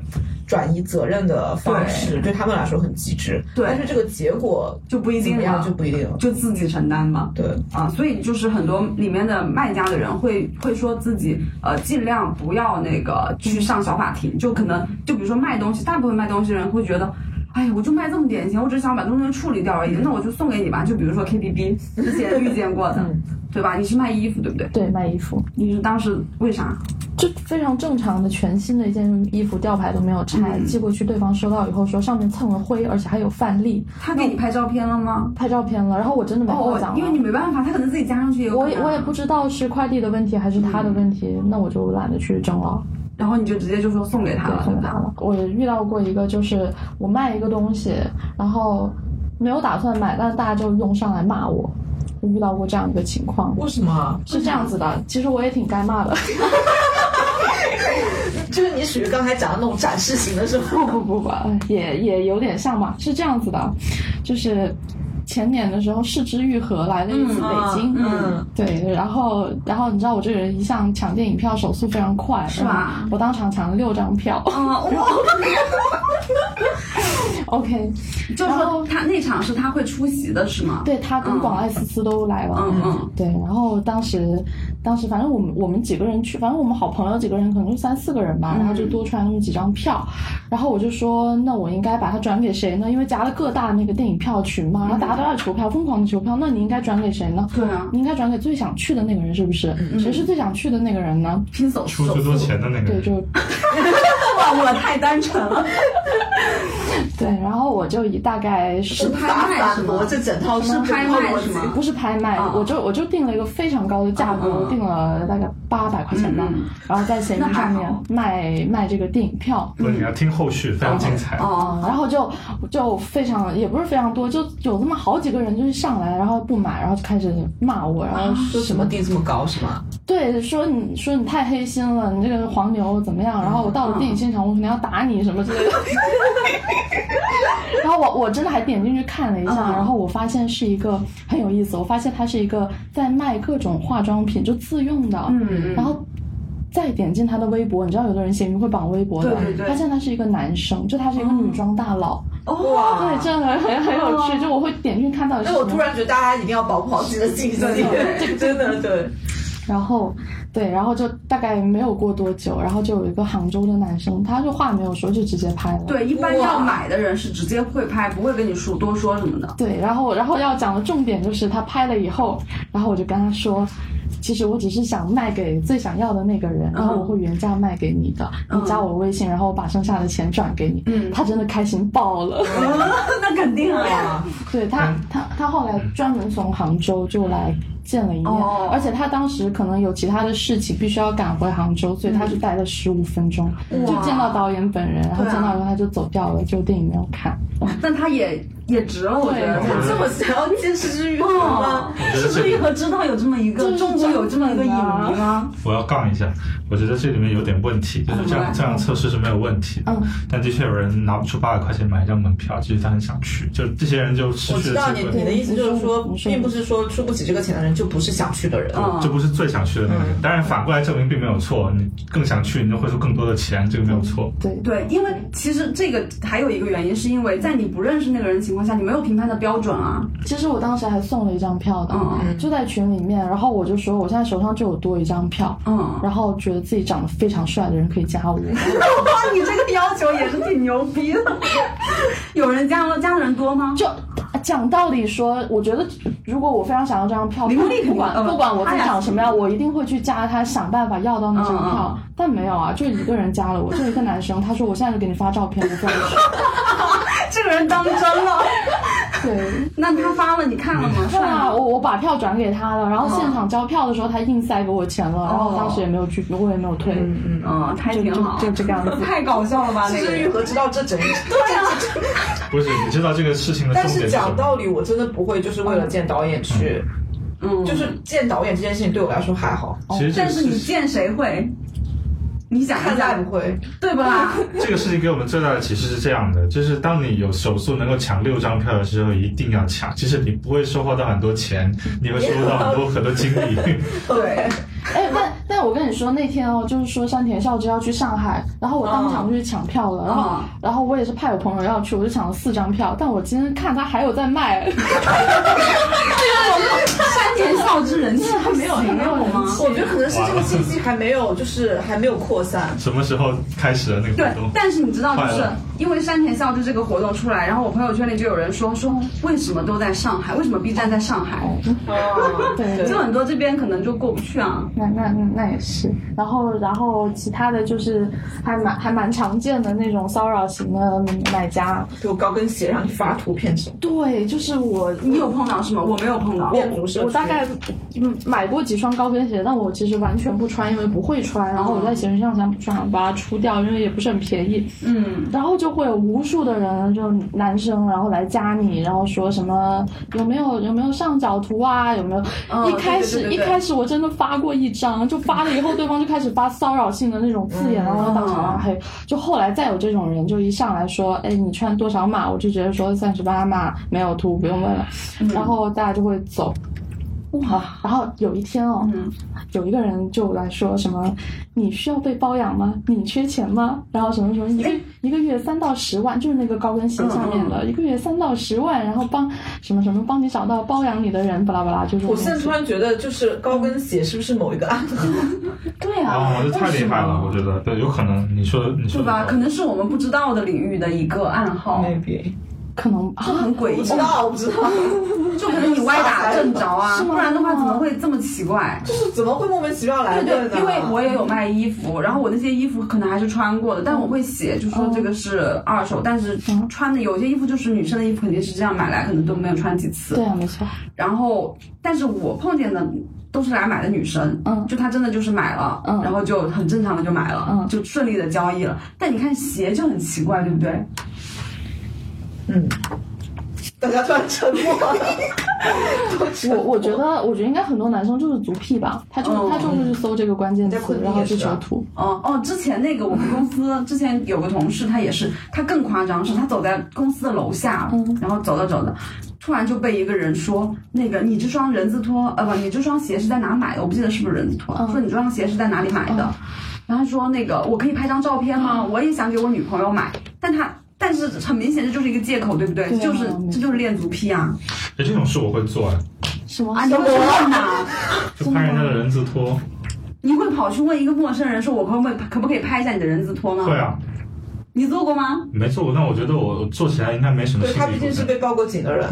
[SPEAKER 2] 转移责任的方式，对他们来说很机智。
[SPEAKER 3] 对
[SPEAKER 2] 但是这个结果
[SPEAKER 3] 就不一
[SPEAKER 2] 怎
[SPEAKER 3] 定
[SPEAKER 2] 么
[SPEAKER 3] 了，
[SPEAKER 2] 样就不一定了。
[SPEAKER 3] 就自己承担嘛。
[SPEAKER 2] 对，
[SPEAKER 3] 啊，所以就是很多里面的卖家的人会会说自己呃尽量不要那个去上小法庭，就可能就比如说卖东西，大部分卖东西的人会觉得。哎呀，我就卖这么点钱，我只想把东西处理掉而已。那我就送给你吧。就比如说 K B B 之前遇见过
[SPEAKER 5] 嗯
[SPEAKER 3] 的，对吧？你是卖衣服对不对？
[SPEAKER 5] 对，卖衣服
[SPEAKER 3] 你是当时为啥？
[SPEAKER 5] 就非常正常的，全新的一件衣服，吊牌都没有拆，
[SPEAKER 3] 嗯
[SPEAKER 5] 寄过去，对方收到以后说上面蹭了灰，而且还有范例，
[SPEAKER 3] 他给你拍照片了吗？
[SPEAKER 5] 拍照片了，然后我真的没获
[SPEAKER 3] 哦
[SPEAKER 5] 奖，了
[SPEAKER 3] 因为你没办法，他可能自己加上去也有
[SPEAKER 5] 我
[SPEAKER 3] 可
[SPEAKER 5] 也
[SPEAKER 3] 能
[SPEAKER 5] 我也不知道是快递的问题还是他的问题，那我就懒得去争了。
[SPEAKER 3] 然后你就直接就说送给他
[SPEAKER 5] 对，
[SPEAKER 3] 了，对
[SPEAKER 5] 很
[SPEAKER 3] 吧？
[SPEAKER 5] 难了。我遇到过一个，就是我卖一个东西，然后没有打算买，但是大家就涌上来骂我。我遇到过这样一个情况，
[SPEAKER 2] 为什么？
[SPEAKER 5] 是这样子的。其实我也挺该骂的，
[SPEAKER 2] 就是你属于刚才讲的那种展示型的是吗？
[SPEAKER 5] 不不不不，也也有点像吧。是这样子的，就是前年的时候，市之愈合来了一次北京，
[SPEAKER 2] 嗯，
[SPEAKER 5] 对，然后然后你知道我这个人一向抢电影票手速非常快，是
[SPEAKER 3] 吧？
[SPEAKER 5] 我当场抢了六张票。
[SPEAKER 3] 啊、 我
[SPEAKER 5] OK，
[SPEAKER 3] 就
[SPEAKER 5] 然后
[SPEAKER 3] 是他那场是他会出席的是吗？
[SPEAKER 5] 对他跟
[SPEAKER 3] 嗯
[SPEAKER 5] 广濑丝丝都来了。
[SPEAKER 3] 嗯嗯，
[SPEAKER 5] 对，然后当时，当时反正我们我们几个人去，反正我们好朋友几个人，可能就三四个人
[SPEAKER 3] 嗯
[SPEAKER 5] 吧，然后就多出来那么几张票，然后我就说，那我应该把它转给谁呢？因为夹了各大那个电影票群
[SPEAKER 3] 嗯
[SPEAKER 5] 嘛，然后大家都在求票，疯狂的求票，那你应该转给谁呢？
[SPEAKER 3] 对啊
[SPEAKER 5] 你应该转给最想去的那个人，是不是？
[SPEAKER 3] 嗯
[SPEAKER 5] 谁是最想去的那个人呢？
[SPEAKER 3] 拼手
[SPEAKER 4] 出最多钱的那个
[SPEAKER 5] 对，
[SPEAKER 4] 人，
[SPEAKER 5] 就
[SPEAKER 3] 哇，我太单纯了，
[SPEAKER 5] 对，然后我就以大概十
[SPEAKER 3] 拍卖是吗？
[SPEAKER 2] 这整套是
[SPEAKER 3] 什么拍卖是吗？
[SPEAKER 5] 不是拍卖，
[SPEAKER 3] 啊
[SPEAKER 5] 我就我就定了一个非常高的价格，
[SPEAKER 3] 嗯嗯嗯
[SPEAKER 5] 定了大概八百块钱吧，
[SPEAKER 3] 嗯嗯
[SPEAKER 5] 然后在闲鱼
[SPEAKER 3] 那还
[SPEAKER 5] 上
[SPEAKER 3] 好
[SPEAKER 5] 面卖卖这个电影票。
[SPEAKER 4] 不是你要听后续，非常精彩。
[SPEAKER 3] 哦
[SPEAKER 5] 啊，，然后就就非常也不是非常多，就有那么好几个人就是上来，然后不买，然后就开始骂我，然
[SPEAKER 3] 啊
[SPEAKER 5] 后
[SPEAKER 2] 说什么地这么高是吗？
[SPEAKER 5] 对说你说你太黑心了，你这个黄牛怎么
[SPEAKER 3] 嗯
[SPEAKER 5] 样？然后我到了电影现场，我可能要打你什么 之类的。然后我我真的还点进去看了一下，
[SPEAKER 3] 嗯
[SPEAKER 5] 然后我发现是一个很有意思，我发现它是一个在卖各种化妆品，就自用的，
[SPEAKER 3] 嗯
[SPEAKER 5] 然后再点进他的微博，你知道有的人闲鱼会绑微博的，
[SPEAKER 3] 对对哦对
[SPEAKER 5] 发现他是一个男生，就他是一个女装大佬，
[SPEAKER 3] 哇，
[SPEAKER 5] 对，这样很很很有
[SPEAKER 3] 哦
[SPEAKER 5] 趣，就我会点进去看到底是
[SPEAKER 2] 那
[SPEAKER 3] 哎
[SPEAKER 5] 什
[SPEAKER 2] 我
[SPEAKER 5] 么
[SPEAKER 2] 突然觉得大家一定要保护好自己的信息， 真的对。
[SPEAKER 5] 然后对，然后就大概没有过多久，然后就有一个杭州的男生，他就话没有说就直接拍了，
[SPEAKER 3] 对，一般
[SPEAKER 2] 哇
[SPEAKER 3] 要买的人是直接会拍，不会跟你说多说什么的。
[SPEAKER 5] 对，然后然后要讲的重点就是他拍了以后，然后我就跟他说，其实我只是想卖给最想要的那个人，然后我会原价卖给你的，
[SPEAKER 3] 嗯
[SPEAKER 5] 你加我微信，然后我把剩下的钱转给你。
[SPEAKER 3] 嗯
[SPEAKER 5] 他真的开心爆 了，
[SPEAKER 3] 那肯定啊，
[SPEAKER 2] 哇，
[SPEAKER 5] 对他他他后来专门从杭州就来。见了一面，
[SPEAKER 3] 哦
[SPEAKER 5] 而且他当时可能有其他的事情，必须要赶回杭州，所以他是待了十五分钟，
[SPEAKER 3] 嗯哇
[SPEAKER 5] 就见到导演本人，然后
[SPEAKER 3] 对啊
[SPEAKER 5] 见到以后他就走掉了，就电影没有看。
[SPEAKER 3] 但他也也值了，我觉得
[SPEAKER 5] 对
[SPEAKER 3] 他。
[SPEAKER 2] 这么想要见识之欲望
[SPEAKER 3] 哦
[SPEAKER 2] 吗？，
[SPEAKER 4] 我
[SPEAKER 3] 是
[SPEAKER 4] 觉得
[SPEAKER 3] 不是
[SPEAKER 4] 这
[SPEAKER 3] 一
[SPEAKER 4] 个
[SPEAKER 3] 和知道有这么一
[SPEAKER 5] 这
[SPEAKER 3] 个
[SPEAKER 5] 是
[SPEAKER 3] 中国有这么一个
[SPEAKER 5] 真
[SPEAKER 3] 影
[SPEAKER 5] 的啊
[SPEAKER 3] 迷吗？
[SPEAKER 4] 我要杠一下，我觉得这里面有点问题，就是这
[SPEAKER 3] 怎么了
[SPEAKER 4] 样这样测试是没有问题的，
[SPEAKER 5] 嗯
[SPEAKER 4] 但的确有人拿不出八百块钱买一张门票，其实他很想去，就是这些人就失
[SPEAKER 2] 我
[SPEAKER 4] 去
[SPEAKER 2] 知
[SPEAKER 4] 了
[SPEAKER 2] 道
[SPEAKER 4] 机
[SPEAKER 2] 你
[SPEAKER 4] 会。
[SPEAKER 2] 你的意思就是说
[SPEAKER 5] 你，说
[SPEAKER 2] 并不是说出不起这个钱的人就不是想去的人。
[SPEAKER 3] 嗯
[SPEAKER 4] 这不是最想去的那个人，当然反过来证明并没有错，你更想去，你就会出更多的钱，这个没有错。
[SPEAKER 5] 对
[SPEAKER 3] 对，因为其实这个还有一个原因，是因为在你不认识那个人的情况下，你没有评判的标准啊。
[SPEAKER 5] 其实我当时还送了一张票的，
[SPEAKER 3] 嗯
[SPEAKER 5] 就在群里面，然后我就说我现在手上就有多一张票，
[SPEAKER 3] 嗯
[SPEAKER 5] 然后觉得自己长得非常帅的人可以加我，
[SPEAKER 3] 哇，你这个要求也是挺牛逼的。 有人加吗？加的人多吗？
[SPEAKER 5] 就讲道理说，我觉得如果我非常想要这张票，
[SPEAKER 3] 林立肯定
[SPEAKER 5] 不管、
[SPEAKER 3] 嗯
[SPEAKER 5] 不管我自己长什么
[SPEAKER 3] 他
[SPEAKER 5] 样，
[SPEAKER 3] 俩
[SPEAKER 5] 我一定会去加他，想办法要到那张
[SPEAKER 3] 嗯
[SPEAKER 5] 票。但没有啊，就一个人加了我，就一个男生，他说我现在就给你发照片，我非常帅。
[SPEAKER 3] 这个人当真了。
[SPEAKER 5] 对，
[SPEAKER 3] 那他发了，你看了吗？
[SPEAKER 5] 看
[SPEAKER 3] 算
[SPEAKER 5] 啊，
[SPEAKER 3] 了
[SPEAKER 5] 我我把票转给他了，然后现场交票的时候他硬塞给我钱了，然后当时也没有拒，我也没有退，
[SPEAKER 2] 嗯嗯。
[SPEAKER 3] 嗯，他也
[SPEAKER 5] 就
[SPEAKER 3] 挺
[SPEAKER 5] 就
[SPEAKER 3] 好。
[SPEAKER 5] 就这个样子。
[SPEAKER 3] 太搞笑了吧！
[SPEAKER 2] 其
[SPEAKER 3] 那
[SPEAKER 2] 实
[SPEAKER 3] 个
[SPEAKER 2] 玉
[SPEAKER 3] 人
[SPEAKER 2] 和知道这整，
[SPEAKER 4] 不是，你知道这个事情的
[SPEAKER 2] 但
[SPEAKER 4] 重点
[SPEAKER 2] 是
[SPEAKER 4] 是什
[SPEAKER 2] 啊讲
[SPEAKER 4] 么？
[SPEAKER 2] 道理，我真的不会就是为了见导演去，
[SPEAKER 3] 嗯，
[SPEAKER 2] 就是见导演这件事情对我来说还好，
[SPEAKER 4] 其实这
[SPEAKER 3] 但
[SPEAKER 4] 个
[SPEAKER 3] 是你
[SPEAKER 4] 事情，
[SPEAKER 3] 见谁会？你想
[SPEAKER 2] 看
[SPEAKER 3] 一
[SPEAKER 2] 待
[SPEAKER 3] 下
[SPEAKER 2] 不，会。
[SPEAKER 3] 对不啦？
[SPEAKER 4] 这个事情给我们最大的启示是这样的，就是当你有手速能够抢六张票的时候，一定要抢。其实你不会收获到很多钱，你会收获到很多很多精力。
[SPEAKER 2] 对，
[SPEAKER 5] 哎，但但我跟你说，那天哦，就是说山田孝之要去上海，然后我当场就去抢票了，然后
[SPEAKER 3] 嗯
[SPEAKER 5] 然后我也是派我朋友要去，我就抢了四张票，但我今天看他还有在卖，
[SPEAKER 3] 山田孝之人气啊
[SPEAKER 5] 他没有他没有人
[SPEAKER 3] 吗？
[SPEAKER 2] 我觉得可能是这个信息还没有，就是还没有扩散。
[SPEAKER 4] 什么时候开始的那个
[SPEAKER 3] 对
[SPEAKER 4] 活动，？
[SPEAKER 3] 但是你知道，就
[SPEAKER 4] 快
[SPEAKER 3] 是
[SPEAKER 4] 了
[SPEAKER 3] 因为山田孝之这个活动出来，然后我朋友圈里就有人说说为什么都在上海，为什么 B 站在上海？
[SPEAKER 2] 哦，
[SPEAKER 5] 对
[SPEAKER 3] 就很多这边可能就过不去啊。
[SPEAKER 5] 那那那那也是，然后然后其他的就是还蛮还蛮常见的那种骚扰型的买家，
[SPEAKER 2] 就高跟鞋让你发图片什么，
[SPEAKER 5] 对，就是我
[SPEAKER 3] 你有碰到是吗？我没有碰到。
[SPEAKER 2] 恋足社区
[SPEAKER 5] 我大概嗯买过几双高跟鞋，但我其实完全不穿，因为不会穿。然后我在闲鱼上想想把它出掉，因为也不是很便宜。
[SPEAKER 3] 嗯，
[SPEAKER 5] 然后就会有无数的人，就男生，然后来加你，然后说什么有没有有没有上脚图啊，有没有？
[SPEAKER 3] 嗯
[SPEAKER 5] 一开始
[SPEAKER 3] 对对对对
[SPEAKER 5] 一开始我真的发过一张，就发了以后，对方就开始发骚扰性的那种字
[SPEAKER 3] 嗯
[SPEAKER 5] 眼，然后就当场拉黑。就后来再有这种人，就一上来说，哎，你穿多少码？我就直接说三十八码，没有图，不用问了。
[SPEAKER 3] 嗯
[SPEAKER 5] 然后大家就会走。哇！然后有一天哦，
[SPEAKER 3] 嗯
[SPEAKER 5] 有一个人就来说什么：“你需要被包养吗？你缺钱吗？”然后什么什么一个
[SPEAKER 3] 哎
[SPEAKER 5] 一个月三到十万，就是那个高跟鞋下面
[SPEAKER 3] 嗯
[SPEAKER 5] 的、一个月三到十万，然后帮什么什么帮你找到包养你的人，巴拉巴拉，就是
[SPEAKER 2] 我现在突然觉得就是高跟鞋是不是某一个暗号？
[SPEAKER 5] 对
[SPEAKER 4] 啊，
[SPEAKER 5] 啊，
[SPEAKER 4] 我这太厉害了，我觉得对，有可能你说你
[SPEAKER 3] 对
[SPEAKER 4] 说的
[SPEAKER 3] 吧？
[SPEAKER 4] 对
[SPEAKER 3] 可能是我们不知道的领域的一个暗号，
[SPEAKER 2] maybe
[SPEAKER 5] 可能啊
[SPEAKER 3] 就，很诡
[SPEAKER 2] 我不知
[SPEAKER 3] 异，
[SPEAKER 2] 道，我不知道，
[SPEAKER 3] 就可能你歪打正着啊，
[SPEAKER 5] 是吗
[SPEAKER 3] 不然的话怎么会这么奇怪？
[SPEAKER 2] 就是怎么会莫名其妙来
[SPEAKER 3] 对
[SPEAKER 2] 问呢？
[SPEAKER 3] 对，因为我也有卖衣服，然后我那些衣服可能还是穿过的，但我会写，就说这个是二手，但是穿的有些衣服就是女生的衣服，肯定是这样买来，可能都没有穿几 次
[SPEAKER 5] 对。啊，没错，
[SPEAKER 3] 然后，但是我碰见的都是来买的女生，
[SPEAKER 5] 嗯
[SPEAKER 3] 就她真的就是买了，
[SPEAKER 5] 嗯
[SPEAKER 3] 然后就很正常的就买了，
[SPEAKER 5] 嗯
[SPEAKER 3] 就顺利的交易了。但你看鞋就很奇怪，对不对？
[SPEAKER 2] 嗯，大家突然沉默了。
[SPEAKER 5] 我我觉得我觉得应该很多男生就是足癖吧，他就、
[SPEAKER 3] 嗯
[SPEAKER 5] 他就是搜这个关键
[SPEAKER 2] 在昆
[SPEAKER 5] 词，
[SPEAKER 2] 明
[SPEAKER 5] 然后
[SPEAKER 2] 也
[SPEAKER 5] 去
[SPEAKER 2] 是
[SPEAKER 5] 求
[SPEAKER 2] 啊
[SPEAKER 5] 图，
[SPEAKER 3] 哦哦，之前那个我们公司之前有个同事，他也是，他更夸张，是他走在公司的楼下，
[SPEAKER 5] 嗯
[SPEAKER 3] 然后走着走着，突然就被一个人说，那个你这双人字拖，呃不，你这双鞋是在哪买的？我不记得是不是人字拖，
[SPEAKER 5] 嗯
[SPEAKER 3] 说你这双鞋是在哪里买的？然后他说那个我可以拍张照片
[SPEAKER 5] 嗯
[SPEAKER 3] 吗？我也想给我女朋友买，但他。但是很明显，这就是一个借口，对不对？
[SPEAKER 5] 对啊
[SPEAKER 3] 就是
[SPEAKER 5] 没错
[SPEAKER 3] 这就是恋足癖啊！
[SPEAKER 4] 哎，这种事我会做，哎
[SPEAKER 5] 什么
[SPEAKER 3] 啊，你会去问呐？
[SPEAKER 4] 就拍人家的人字拖，
[SPEAKER 3] 你会跑去问一个陌生人说：“我可不可以可不可以拍一下你的人字拖吗？”
[SPEAKER 4] 会啊，
[SPEAKER 3] 你做过吗？
[SPEAKER 4] 没做过，但我觉得我我做起来应该没什么
[SPEAKER 2] 对
[SPEAKER 4] 心
[SPEAKER 2] 他
[SPEAKER 4] 理
[SPEAKER 2] 毕
[SPEAKER 4] 负
[SPEAKER 2] 竟是
[SPEAKER 4] 担。
[SPEAKER 2] 被报过警的人，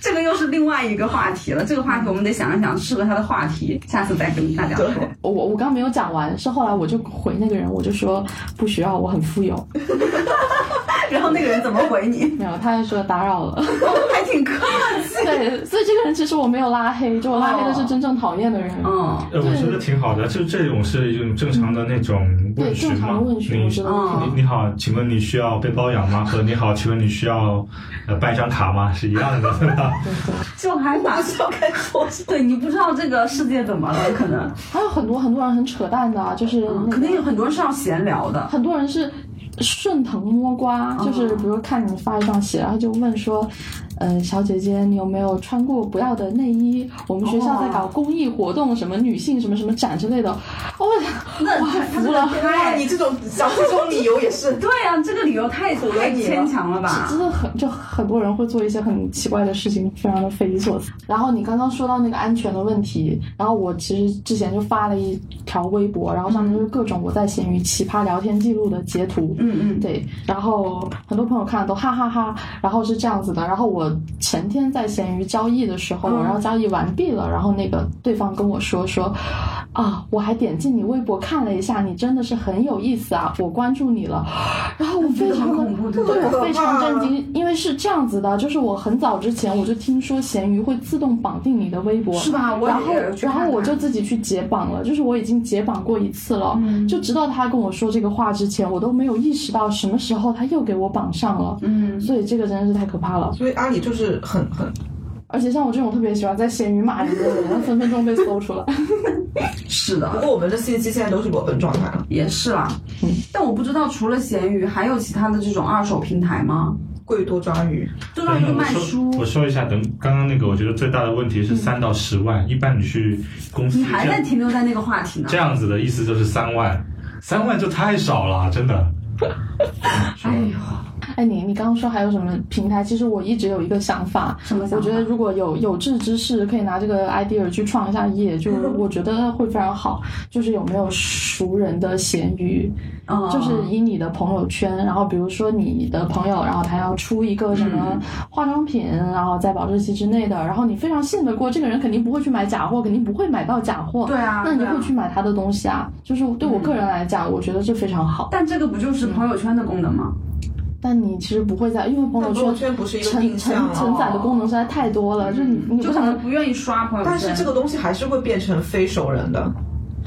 [SPEAKER 3] 这个又是另外一个话题了。这个话题我们得想一想，适合他的话题，下次再跟大家说。
[SPEAKER 5] 我我刚没有讲完，是后来我就回那个人，我就说不需要，我很富有，
[SPEAKER 3] 然后那个人怎么回 你？
[SPEAKER 5] 没有，他就说打扰了。
[SPEAKER 3] 还挺客气。
[SPEAKER 5] 对，所以这个人其实我没有拉黑，就我拉黑的
[SPEAKER 3] 哦
[SPEAKER 5] 是真正讨厌的人。
[SPEAKER 3] 嗯，
[SPEAKER 4] 呃，我觉得挺好的，就这种是一种正常的那种
[SPEAKER 5] 嗯对，
[SPEAKER 4] 问询
[SPEAKER 5] 正常
[SPEAKER 4] 嘛
[SPEAKER 5] 的。问询，我觉
[SPEAKER 4] 你
[SPEAKER 3] 嗯
[SPEAKER 5] 得 OK
[SPEAKER 4] 你你好，请问你需要被包养吗？和你好，请问你需要呃办一张卡吗？是一样的，对 吧？
[SPEAKER 5] 对对。
[SPEAKER 3] 就还蛮
[SPEAKER 2] 不知道该说什么。
[SPEAKER 3] 对你不知道这个世界怎么了，可能、
[SPEAKER 5] 还有很多很多人很扯淡的啊，就是那个
[SPEAKER 3] 哦可能有很多人是要闲聊的。
[SPEAKER 5] 很多人是顺藤摸瓜，就是比如看你发一双鞋，然后就问说，呃，小姐姐，你有没有穿过不要的内衣？我们学校在搞公益活动，什么女性什么什么展之类的。哦，
[SPEAKER 3] 那
[SPEAKER 5] 我服了。
[SPEAKER 2] 哇，你这种想这种理由也是，
[SPEAKER 3] 对啊，这个理由太
[SPEAKER 2] 了
[SPEAKER 3] 太
[SPEAKER 2] 你了
[SPEAKER 3] 牵强了吧？
[SPEAKER 5] 真的很就很多人会做一些很奇怪的事情，非常的匪夷所思。然后你刚刚说到那个安全的问题，然后我其实之前就发了一条微博，然后上面就是各种我在闲鱼奇葩聊天记录的截图。
[SPEAKER 3] 嗯嗯，
[SPEAKER 5] 对，然后很多朋友看了都哈哈哈然后是这样子的，然后我前天在闲鱼交易的时候，
[SPEAKER 3] 嗯
[SPEAKER 5] 然后交易完毕了，然后那个对方跟我说说，啊，我还点进你微博看了一下，你真的是很有意思啊，我关注你了。然后我非
[SPEAKER 3] 这个
[SPEAKER 5] 常的
[SPEAKER 3] 很恐怖
[SPEAKER 5] 对
[SPEAKER 3] 这个
[SPEAKER 5] 我非常
[SPEAKER 2] 可怕
[SPEAKER 5] 震惊，因为是这样子的，就是我很早之前我就听说闲鱼会自动绑定你的微博，
[SPEAKER 3] 是吧我也
[SPEAKER 5] 然后
[SPEAKER 3] 有去
[SPEAKER 5] 然
[SPEAKER 3] 看
[SPEAKER 5] 后我
[SPEAKER 3] 它
[SPEAKER 5] 就自己去解绑了，就是我已经解绑过一次了，
[SPEAKER 3] 嗯
[SPEAKER 5] 就直到他跟我说这个话之前，我都没有意识到什么时候他又给我绑上了。
[SPEAKER 3] 嗯，
[SPEAKER 5] 所以这个真的是太可怕了，
[SPEAKER 2] 所以阿里就是很 很
[SPEAKER 5] 而且像我这种特别喜欢在闲鱼骂人的人，分分钟被搜出 来。
[SPEAKER 3] 是
[SPEAKER 2] 不
[SPEAKER 3] 的，
[SPEAKER 2] 过我们的信息现在都是裸奔状态了，
[SPEAKER 3] 也是啦。但我不知道除了闲鱼，还有其他的这种二手平台吗？
[SPEAKER 2] 贵多抓鱼。
[SPEAKER 3] 就让一个
[SPEAKER 4] 等等
[SPEAKER 3] 卖
[SPEAKER 4] 我
[SPEAKER 3] 书
[SPEAKER 4] 说，我说一下，等刚刚那个，我觉得最大的问题
[SPEAKER 5] 嗯
[SPEAKER 4] 是三到十万，一般你去公司
[SPEAKER 3] 你还
[SPEAKER 4] 这样
[SPEAKER 3] 在停留在那个话题呢
[SPEAKER 4] 这。样子的意思就是三万，三万就太少了，真的。
[SPEAKER 3] 哎呦，
[SPEAKER 5] 哎，你你刚刚说还有什么平台？其实我一直有一个想法，
[SPEAKER 3] 什么想法
[SPEAKER 5] 我觉得如果有有志之士可以拿这个 idea 去创一下业， 就我觉得会非常好。就是有没有熟人的闲鱼，
[SPEAKER 2] 啊
[SPEAKER 3] 嗯，
[SPEAKER 5] 就是以你的朋友圈，然后比如说你的朋友，然后他要出一个什
[SPEAKER 2] 嗯
[SPEAKER 5] 么化妆品，然后在保质期之内的，然后你非常信得过这个人，肯定不会去买假货，肯定不会买到假货，
[SPEAKER 3] 对啊
[SPEAKER 5] 那你就
[SPEAKER 3] 对啊
[SPEAKER 5] 会去买他的东西啊。就是对我
[SPEAKER 2] 嗯
[SPEAKER 5] 个人来讲，我觉得这非常好。
[SPEAKER 3] 但这个不就是朋友圈的功能吗？
[SPEAKER 5] 但你其实不会在，因为朋
[SPEAKER 2] 但
[SPEAKER 5] 友
[SPEAKER 2] 朋友
[SPEAKER 5] 圈
[SPEAKER 2] 圈不是一个
[SPEAKER 5] 承
[SPEAKER 2] 定向哦嗯
[SPEAKER 5] 承承载的功能实在太多了，就你你
[SPEAKER 3] 就
[SPEAKER 5] 不
[SPEAKER 3] 可
[SPEAKER 5] 可
[SPEAKER 3] 能
[SPEAKER 5] 能
[SPEAKER 3] 嗯不愿意刷朋友圈。
[SPEAKER 2] 但是这个东西还是会变成非熟人的。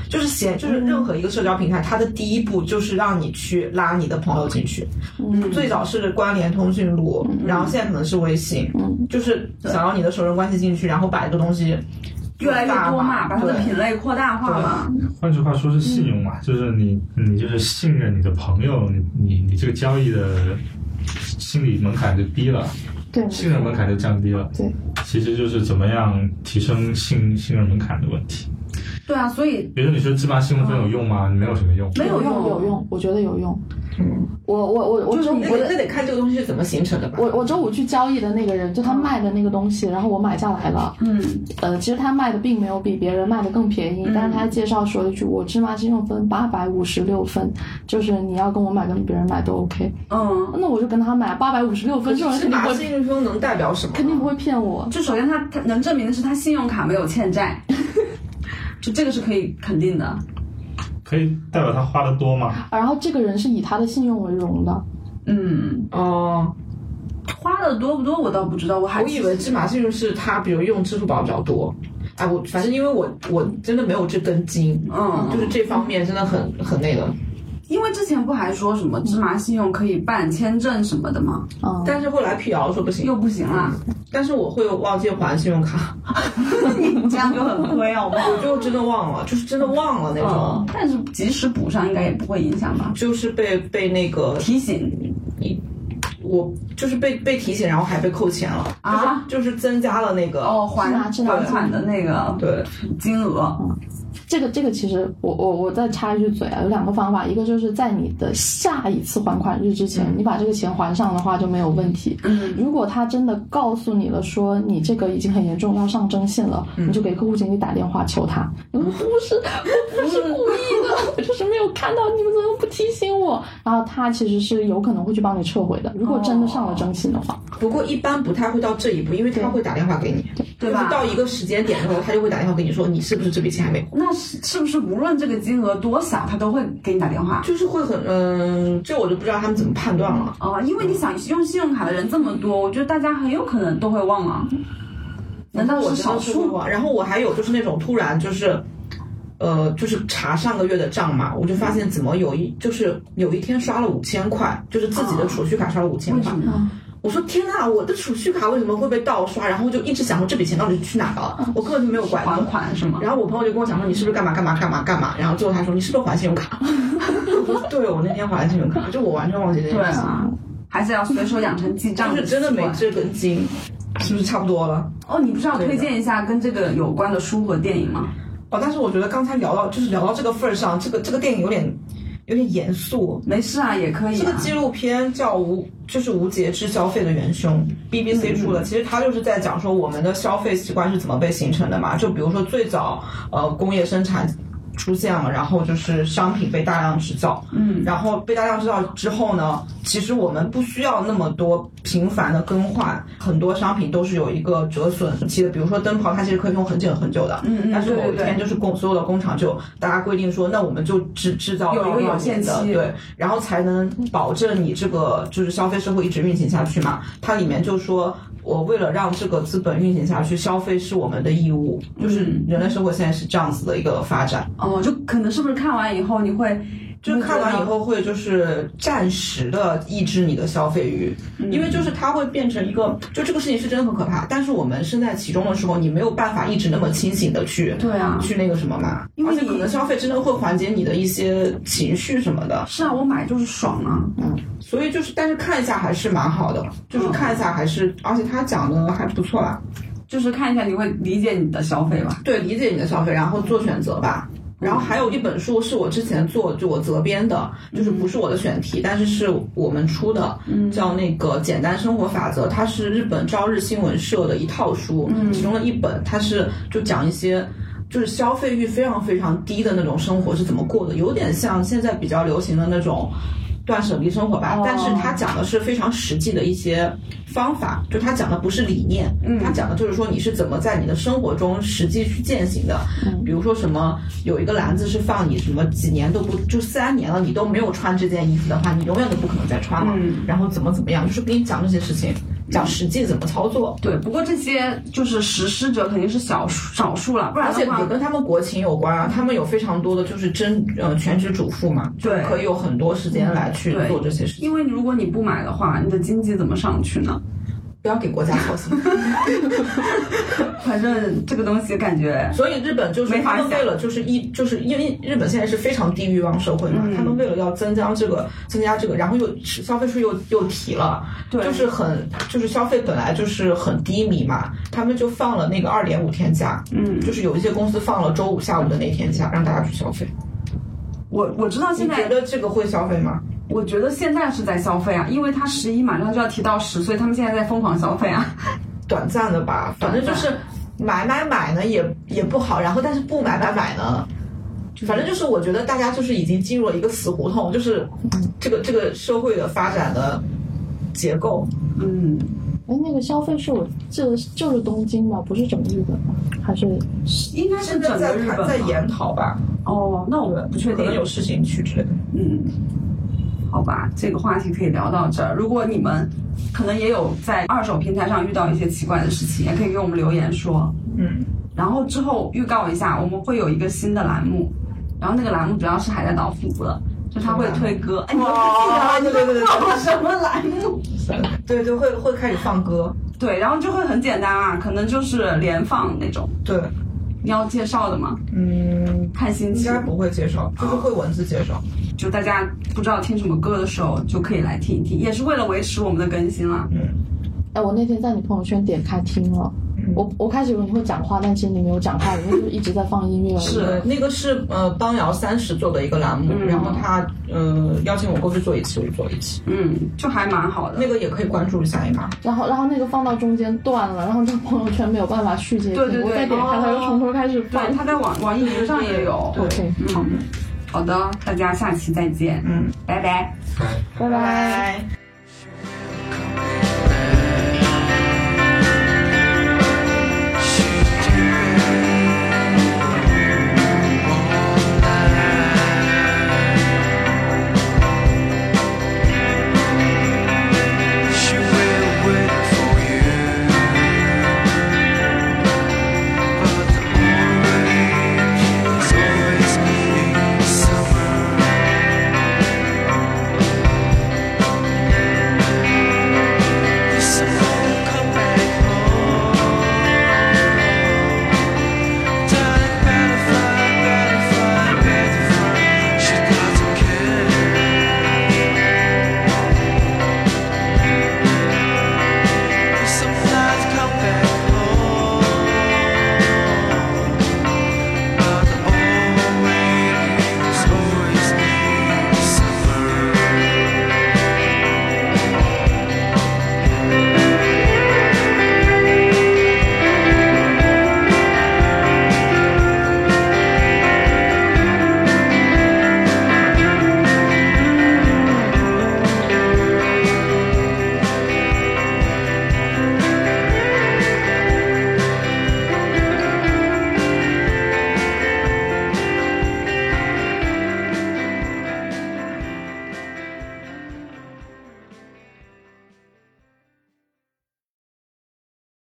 [SPEAKER 2] 就是闲，就是任何一个社交平台，它的第一步就是让你去拉你的朋友进去。
[SPEAKER 3] 嗯
[SPEAKER 2] 最早是关联通讯录，
[SPEAKER 5] 嗯
[SPEAKER 2] 然后现在可能是微信，就是想让你的熟人关系进去，然后把这个东西
[SPEAKER 3] 越来越多嘛，
[SPEAKER 2] 大
[SPEAKER 3] 把它的
[SPEAKER 2] 对
[SPEAKER 3] 品类扩大化嘛。
[SPEAKER 4] 换句话说是信用
[SPEAKER 5] 嗯
[SPEAKER 4] 嘛，就是你你就是信任你的朋友，你你你这个交易的心理门槛就低了，
[SPEAKER 5] 对
[SPEAKER 4] 信任门槛就降低了。
[SPEAKER 5] 对，
[SPEAKER 4] 其实就是怎么样提升信信任门槛的问题。
[SPEAKER 3] 对啊，所以
[SPEAKER 4] 比如说你说芝麻信用分有用吗？没有什么用。
[SPEAKER 3] 没
[SPEAKER 5] 哎有
[SPEAKER 3] 用，
[SPEAKER 5] 有。用，我觉得有用。我我我我
[SPEAKER 2] 就是
[SPEAKER 5] 周
[SPEAKER 2] 那
[SPEAKER 5] 我
[SPEAKER 2] 得
[SPEAKER 5] 的
[SPEAKER 2] 那得看这个东西是怎么形成的吧。
[SPEAKER 5] 我我周五去交易的那个人，就他
[SPEAKER 2] 嗯
[SPEAKER 5] 卖的那个东西，然后我买下来了。
[SPEAKER 3] 嗯，
[SPEAKER 5] 呃，其实他卖的并没有比别人卖的更便宜，
[SPEAKER 2] 嗯
[SPEAKER 5] 但是他介绍说一句：“我芝麻信用分八百五十六分，就是你要跟我买跟别人买都 OK。”
[SPEAKER 3] 嗯，
[SPEAKER 5] 那我就跟他买八百五十六分，这种人
[SPEAKER 2] 芝
[SPEAKER 5] 肯定
[SPEAKER 2] 麻
[SPEAKER 5] 不
[SPEAKER 2] 信
[SPEAKER 5] 会
[SPEAKER 2] 用分能代表什么？
[SPEAKER 5] 肯定不会骗我。
[SPEAKER 3] 就首先他他能证明的是他信用卡没有欠 债，就这个是可以肯定的。
[SPEAKER 4] 可以代表他花的多吗？
[SPEAKER 5] 然后这个人是以他的信用为荣的，
[SPEAKER 3] 嗯，
[SPEAKER 2] 哦，
[SPEAKER 3] 花的多不多我倒不知道，我还
[SPEAKER 2] 我以为芝麻信用是他，比如用支付宝比较多。哎，我反正因为我我真的没有这根筋，
[SPEAKER 3] 嗯
[SPEAKER 2] 就是这方面真的很很那个。
[SPEAKER 3] 因为之前不还说什么芝麻信用可以办签证什么的吗？
[SPEAKER 5] 嗯，
[SPEAKER 2] 但是后来辟谣说不行
[SPEAKER 3] 又，不行啊啦，
[SPEAKER 2] 但是我会忘记还信用卡，
[SPEAKER 3] 这样就很亏啊！我们
[SPEAKER 2] 我就真的忘了，就是真的忘了那种，
[SPEAKER 5] 嗯
[SPEAKER 3] 但是及时补上应该也不会影响吧？
[SPEAKER 2] 就是被被那个
[SPEAKER 3] 提醒
[SPEAKER 2] 我就是被被提醒，然后还被扣钱了，
[SPEAKER 3] 啊
[SPEAKER 2] 就是就是增加了那个
[SPEAKER 3] 哦，还
[SPEAKER 5] 芝麻
[SPEAKER 3] 还款的那个
[SPEAKER 2] 对，嗯
[SPEAKER 3] 金额，
[SPEAKER 5] 这个这个其实我我我再插一句嘴啊，有两个方法，一个就是在你的下一次还款日之前，你把这个钱还上的话就没有问题。
[SPEAKER 3] 嗯，
[SPEAKER 5] 如果他真的告诉你了，说你这个已经很严重，要上征信了，你就给客户经理打电话求他，你说不是，我不是故意的，我就是没有看到你们怎么不提醒我，然后他其实是有可能会去帮你撤回的。如果真的上了征信的话，
[SPEAKER 2] 不过一般不太会到这一步，因为他会打电话给你，
[SPEAKER 3] 对
[SPEAKER 2] 就是
[SPEAKER 3] 吧？
[SPEAKER 2] 到一个时间点之后，他就会打电话给你说你是不是这笔钱还没还，
[SPEAKER 3] 那是是不是无论这个金额多少，他都会给你打电话？
[SPEAKER 2] 就是会很嗯，这我就不知道他们怎么判断了。
[SPEAKER 3] 哦，因为你想用信用卡的人这么多，我觉得大家很有可能都会忘啊。难道
[SPEAKER 2] 我
[SPEAKER 3] 是
[SPEAKER 2] 真
[SPEAKER 3] 少
[SPEAKER 2] 的是会
[SPEAKER 3] 数？
[SPEAKER 2] 啊忘，然后我还有就是那种突然就是。呃，就是查上个月的账嘛，我就发现怎么有一就是有一天刷了五千块，就是自己的储蓄卡刷了五千
[SPEAKER 3] 为
[SPEAKER 2] 块
[SPEAKER 3] 什，么？
[SPEAKER 2] 我说天呐，我的储蓄卡为什么会被盗刷？然后我就一直想说这笔钱到底去哪了，我根本就没有管
[SPEAKER 3] 嗯还。款是吗？
[SPEAKER 2] 然后我朋友就跟我讲说你是不是干嘛干嘛干嘛干嘛？然后最后他说你是不是还信用卡？我说对，我那天还了信用卡，就我完全忘记这
[SPEAKER 3] 对
[SPEAKER 2] 件事，
[SPEAKER 3] 啊，还是要随手养成记账
[SPEAKER 2] 就是
[SPEAKER 3] 的习
[SPEAKER 2] 真的没
[SPEAKER 3] 惯。
[SPEAKER 2] 这根筋，是不是差不多了？
[SPEAKER 3] 哦，你不是要推荐一下跟这个有关的书和电影吗？
[SPEAKER 2] 哦，但是我觉得刚才聊到就是聊到这个份儿上，这个这个电影有点有点严肃。
[SPEAKER 3] 没事啊，也可以
[SPEAKER 2] 这个
[SPEAKER 3] 啊。
[SPEAKER 2] 纪录片叫《无》，就是《无节制消费的元凶》，BBC
[SPEAKER 3] 嗯
[SPEAKER 2] 出的。其实它就是在讲说我们的消费习惯是怎么被形成的嘛。就比如说最早，呃，工业生产出现了，然后就是商品被大量制造，
[SPEAKER 3] 嗯，
[SPEAKER 2] 然后被大量制造之后呢，其实我们不需要那么多频繁的更换，很多商品都是有一个折损期的，比如说灯泡，它其实可以用很久很久的，
[SPEAKER 3] 嗯嗯
[SPEAKER 2] 但是
[SPEAKER 3] 对对
[SPEAKER 2] 某一
[SPEAKER 3] 对
[SPEAKER 2] 天就是工所有的工厂就大家规定说，那我们就制制造
[SPEAKER 3] 有一个
[SPEAKER 2] 多少
[SPEAKER 3] 有限
[SPEAKER 2] 年的
[SPEAKER 3] 期
[SPEAKER 2] 对，然后才能保证你这个就是消费社会一直运行下去嘛。它里面就说。我为了让这个资本运行下去，消费是我们的义务，就是人类社会现在是这样子的一个发展。
[SPEAKER 3] 哦，就可能是不是看完以后你会
[SPEAKER 2] 就是看完以，后会就是暂时的抑制你的消费欲，
[SPEAKER 3] 嗯
[SPEAKER 2] 因为就是它会变成一个，就这个事情是真的很可怕。但是我们身在其中的时候，你没有办法一直那么清醒的去
[SPEAKER 3] 对啊
[SPEAKER 2] 去那个什么嘛，
[SPEAKER 3] 因为
[SPEAKER 2] 而且
[SPEAKER 3] 你
[SPEAKER 2] 可能消费真的会缓解你的一些情绪什么的，
[SPEAKER 3] 是啊，我买就是爽啊，
[SPEAKER 2] 所以就是但是看一下还是蛮好的，就是看一下还是，而且他讲的还不错啊啦，
[SPEAKER 3] 就是看一下你会理解你的消费吧。
[SPEAKER 2] 对，理解你的消费，然后做选择吧。然后还有一本书是我之前做，就我责编的，就是不是我的选题，但是是我们出的，叫那个《简单生活法则》，它是日本朝日新闻社的一套书，其中的一本，它是就讲一些。就是消费欲非常非常低的那种生活是怎么过的，有点像现在比较流行的那种断舍离生活吧。
[SPEAKER 3] 哦
[SPEAKER 2] 但是它讲的是非常实际的一些方法，就它讲的不是理念，
[SPEAKER 3] 嗯
[SPEAKER 2] 它讲的就是说你是怎么在你的生活中实际去践行的。
[SPEAKER 3] 嗯
[SPEAKER 2] 比如说什么有一个篮子是放你什么几年都不就三年了，你都没有穿这件衣服的话，你永远都不可能再穿了。
[SPEAKER 3] 嗯
[SPEAKER 2] 然后怎么怎么样，就是给你讲这些事情，讲实际怎么操作。
[SPEAKER 3] 对，不过这些就是实施者肯定是少数少数了，不然
[SPEAKER 2] 而且
[SPEAKER 3] 的话
[SPEAKER 2] 也，跟他们国情有关啊，他们有非常多的就是真呃全职主妇嘛，就
[SPEAKER 3] 对
[SPEAKER 2] 可以有很多时间来去
[SPEAKER 3] 对
[SPEAKER 2] 做这些事情。
[SPEAKER 3] 因为如果你不买的话，你的经济怎么上去呢？
[SPEAKER 2] 不要给国家操心。
[SPEAKER 3] 反正这个东西感觉
[SPEAKER 2] 所以日本就是
[SPEAKER 3] 没法
[SPEAKER 2] 他们
[SPEAKER 3] 想
[SPEAKER 2] 为了就是一就是因为日本现在是非常低欲望社会嘛，
[SPEAKER 3] 嗯
[SPEAKER 2] 他们为了要增加这个增加这个，然后又消费税又又提了，
[SPEAKER 3] 对
[SPEAKER 2] 就是很就是消费本来就是很低迷嘛，他们就放了那个二点五天假，
[SPEAKER 3] 嗯
[SPEAKER 2] 就是有一些公司放了周五下午的那天假，让大家去消费。
[SPEAKER 3] 我我知道
[SPEAKER 2] 你
[SPEAKER 3] 现
[SPEAKER 2] 觉
[SPEAKER 3] 在，
[SPEAKER 2] 得这个会消费吗？
[SPEAKER 3] 我觉得现在是在消费啊，因为他十一马上就要提到十，所以他们现在在疯狂消费啊。
[SPEAKER 2] 短暂的吧，反正就是买买买呢也也不好，然后但是不买买买呢。反正就是，我觉得大家就是已经进入了一个死胡同，就是这个这个社会的发展的结构，
[SPEAKER 3] 嗯，
[SPEAKER 5] 哎，那个消费是我记得是就是东京吗？不是整个日本吗？还是
[SPEAKER 3] 应该是
[SPEAKER 2] 现在
[SPEAKER 3] 整个
[SPEAKER 2] 在
[SPEAKER 3] 日
[SPEAKER 2] 谈
[SPEAKER 3] 本
[SPEAKER 2] 在
[SPEAKER 3] 吧
[SPEAKER 2] 研讨吧，
[SPEAKER 3] 哦，那我不确
[SPEAKER 2] 可
[SPEAKER 3] 定
[SPEAKER 2] 能有事情去之类的。
[SPEAKER 3] 嗯，好吧，这个话题可以聊到这儿。如果你们可能也有在二手平台上遇到一些奇怪的事情，也可以给我们留言说。
[SPEAKER 2] 嗯，
[SPEAKER 3] 然后之后预告一下，我们会有一个新的栏目，然后那个栏目主要是海带岛负责，就他会推歌。哎，你都不记得了，
[SPEAKER 2] 哇
[SPEAKER 3] 你
[SPEAKER 2] 对对对
[SPEAKER 3] 都忘了什么栏目？
[SPEAKER 2] 对对，会会开始放歌，
[SPEAKER 3] 对，然后就会很简单啊，可能就是连放那种。
[SPEAKER 2] 对，
[SPEAKER 3] 你要介绍的吗？
[SPEAKER 2] 嗯，
[SPEAKER 3] 看心
[SPEAKER 2] 应
[SPEAKER 3] 情
[SPEAKER 2] 该，不会介绍，就是会文字介绍。
[SPEAKER 3] 就大家不知道听什么歌的时候，就可以来听一听，也是为了维持我们的更新啦。
[SPEAKER 5] 哎，我那天在你朋友圈点开听了，
[SPEAKER 3] 嗯
[SPEAKER 5] 我我开始以为你会讲话，但其实你没有讲话，你就是一直在放音乐而已。
[SPEAKER 3] 是嗯
[SPEAKER 2] 对，那个是呃邦瑶三十做的一个栏目，然后他呃邀请我过去做一期，我就做一期。
[SPEAKER 3] 嗯，就还蛮好的。
[SPEAKER 2] 那个也可以关注一下嘛。
[SPEAKER 5] 然后，然后那个放到中间断了，然后那个朋友圈没有办法续接听，
[SPEAKER 3] 对对对
[SPEAKER 5] 我再点开它
[SPEAKER 3] 哦
[SPEAKER 5] 又从头开始放
[SPEAKER 3] 对，。它在网网易云上也有。
[SPEAKER 5] OK，
[SPEAKER 3] 嗯，好的，大家下期再见。
[SPEAKER 2] 嗯，
[SPEAKER 3] 拜拜。
[SPEAKER 5] 拜拜。
[SPEAKER 2] 拜。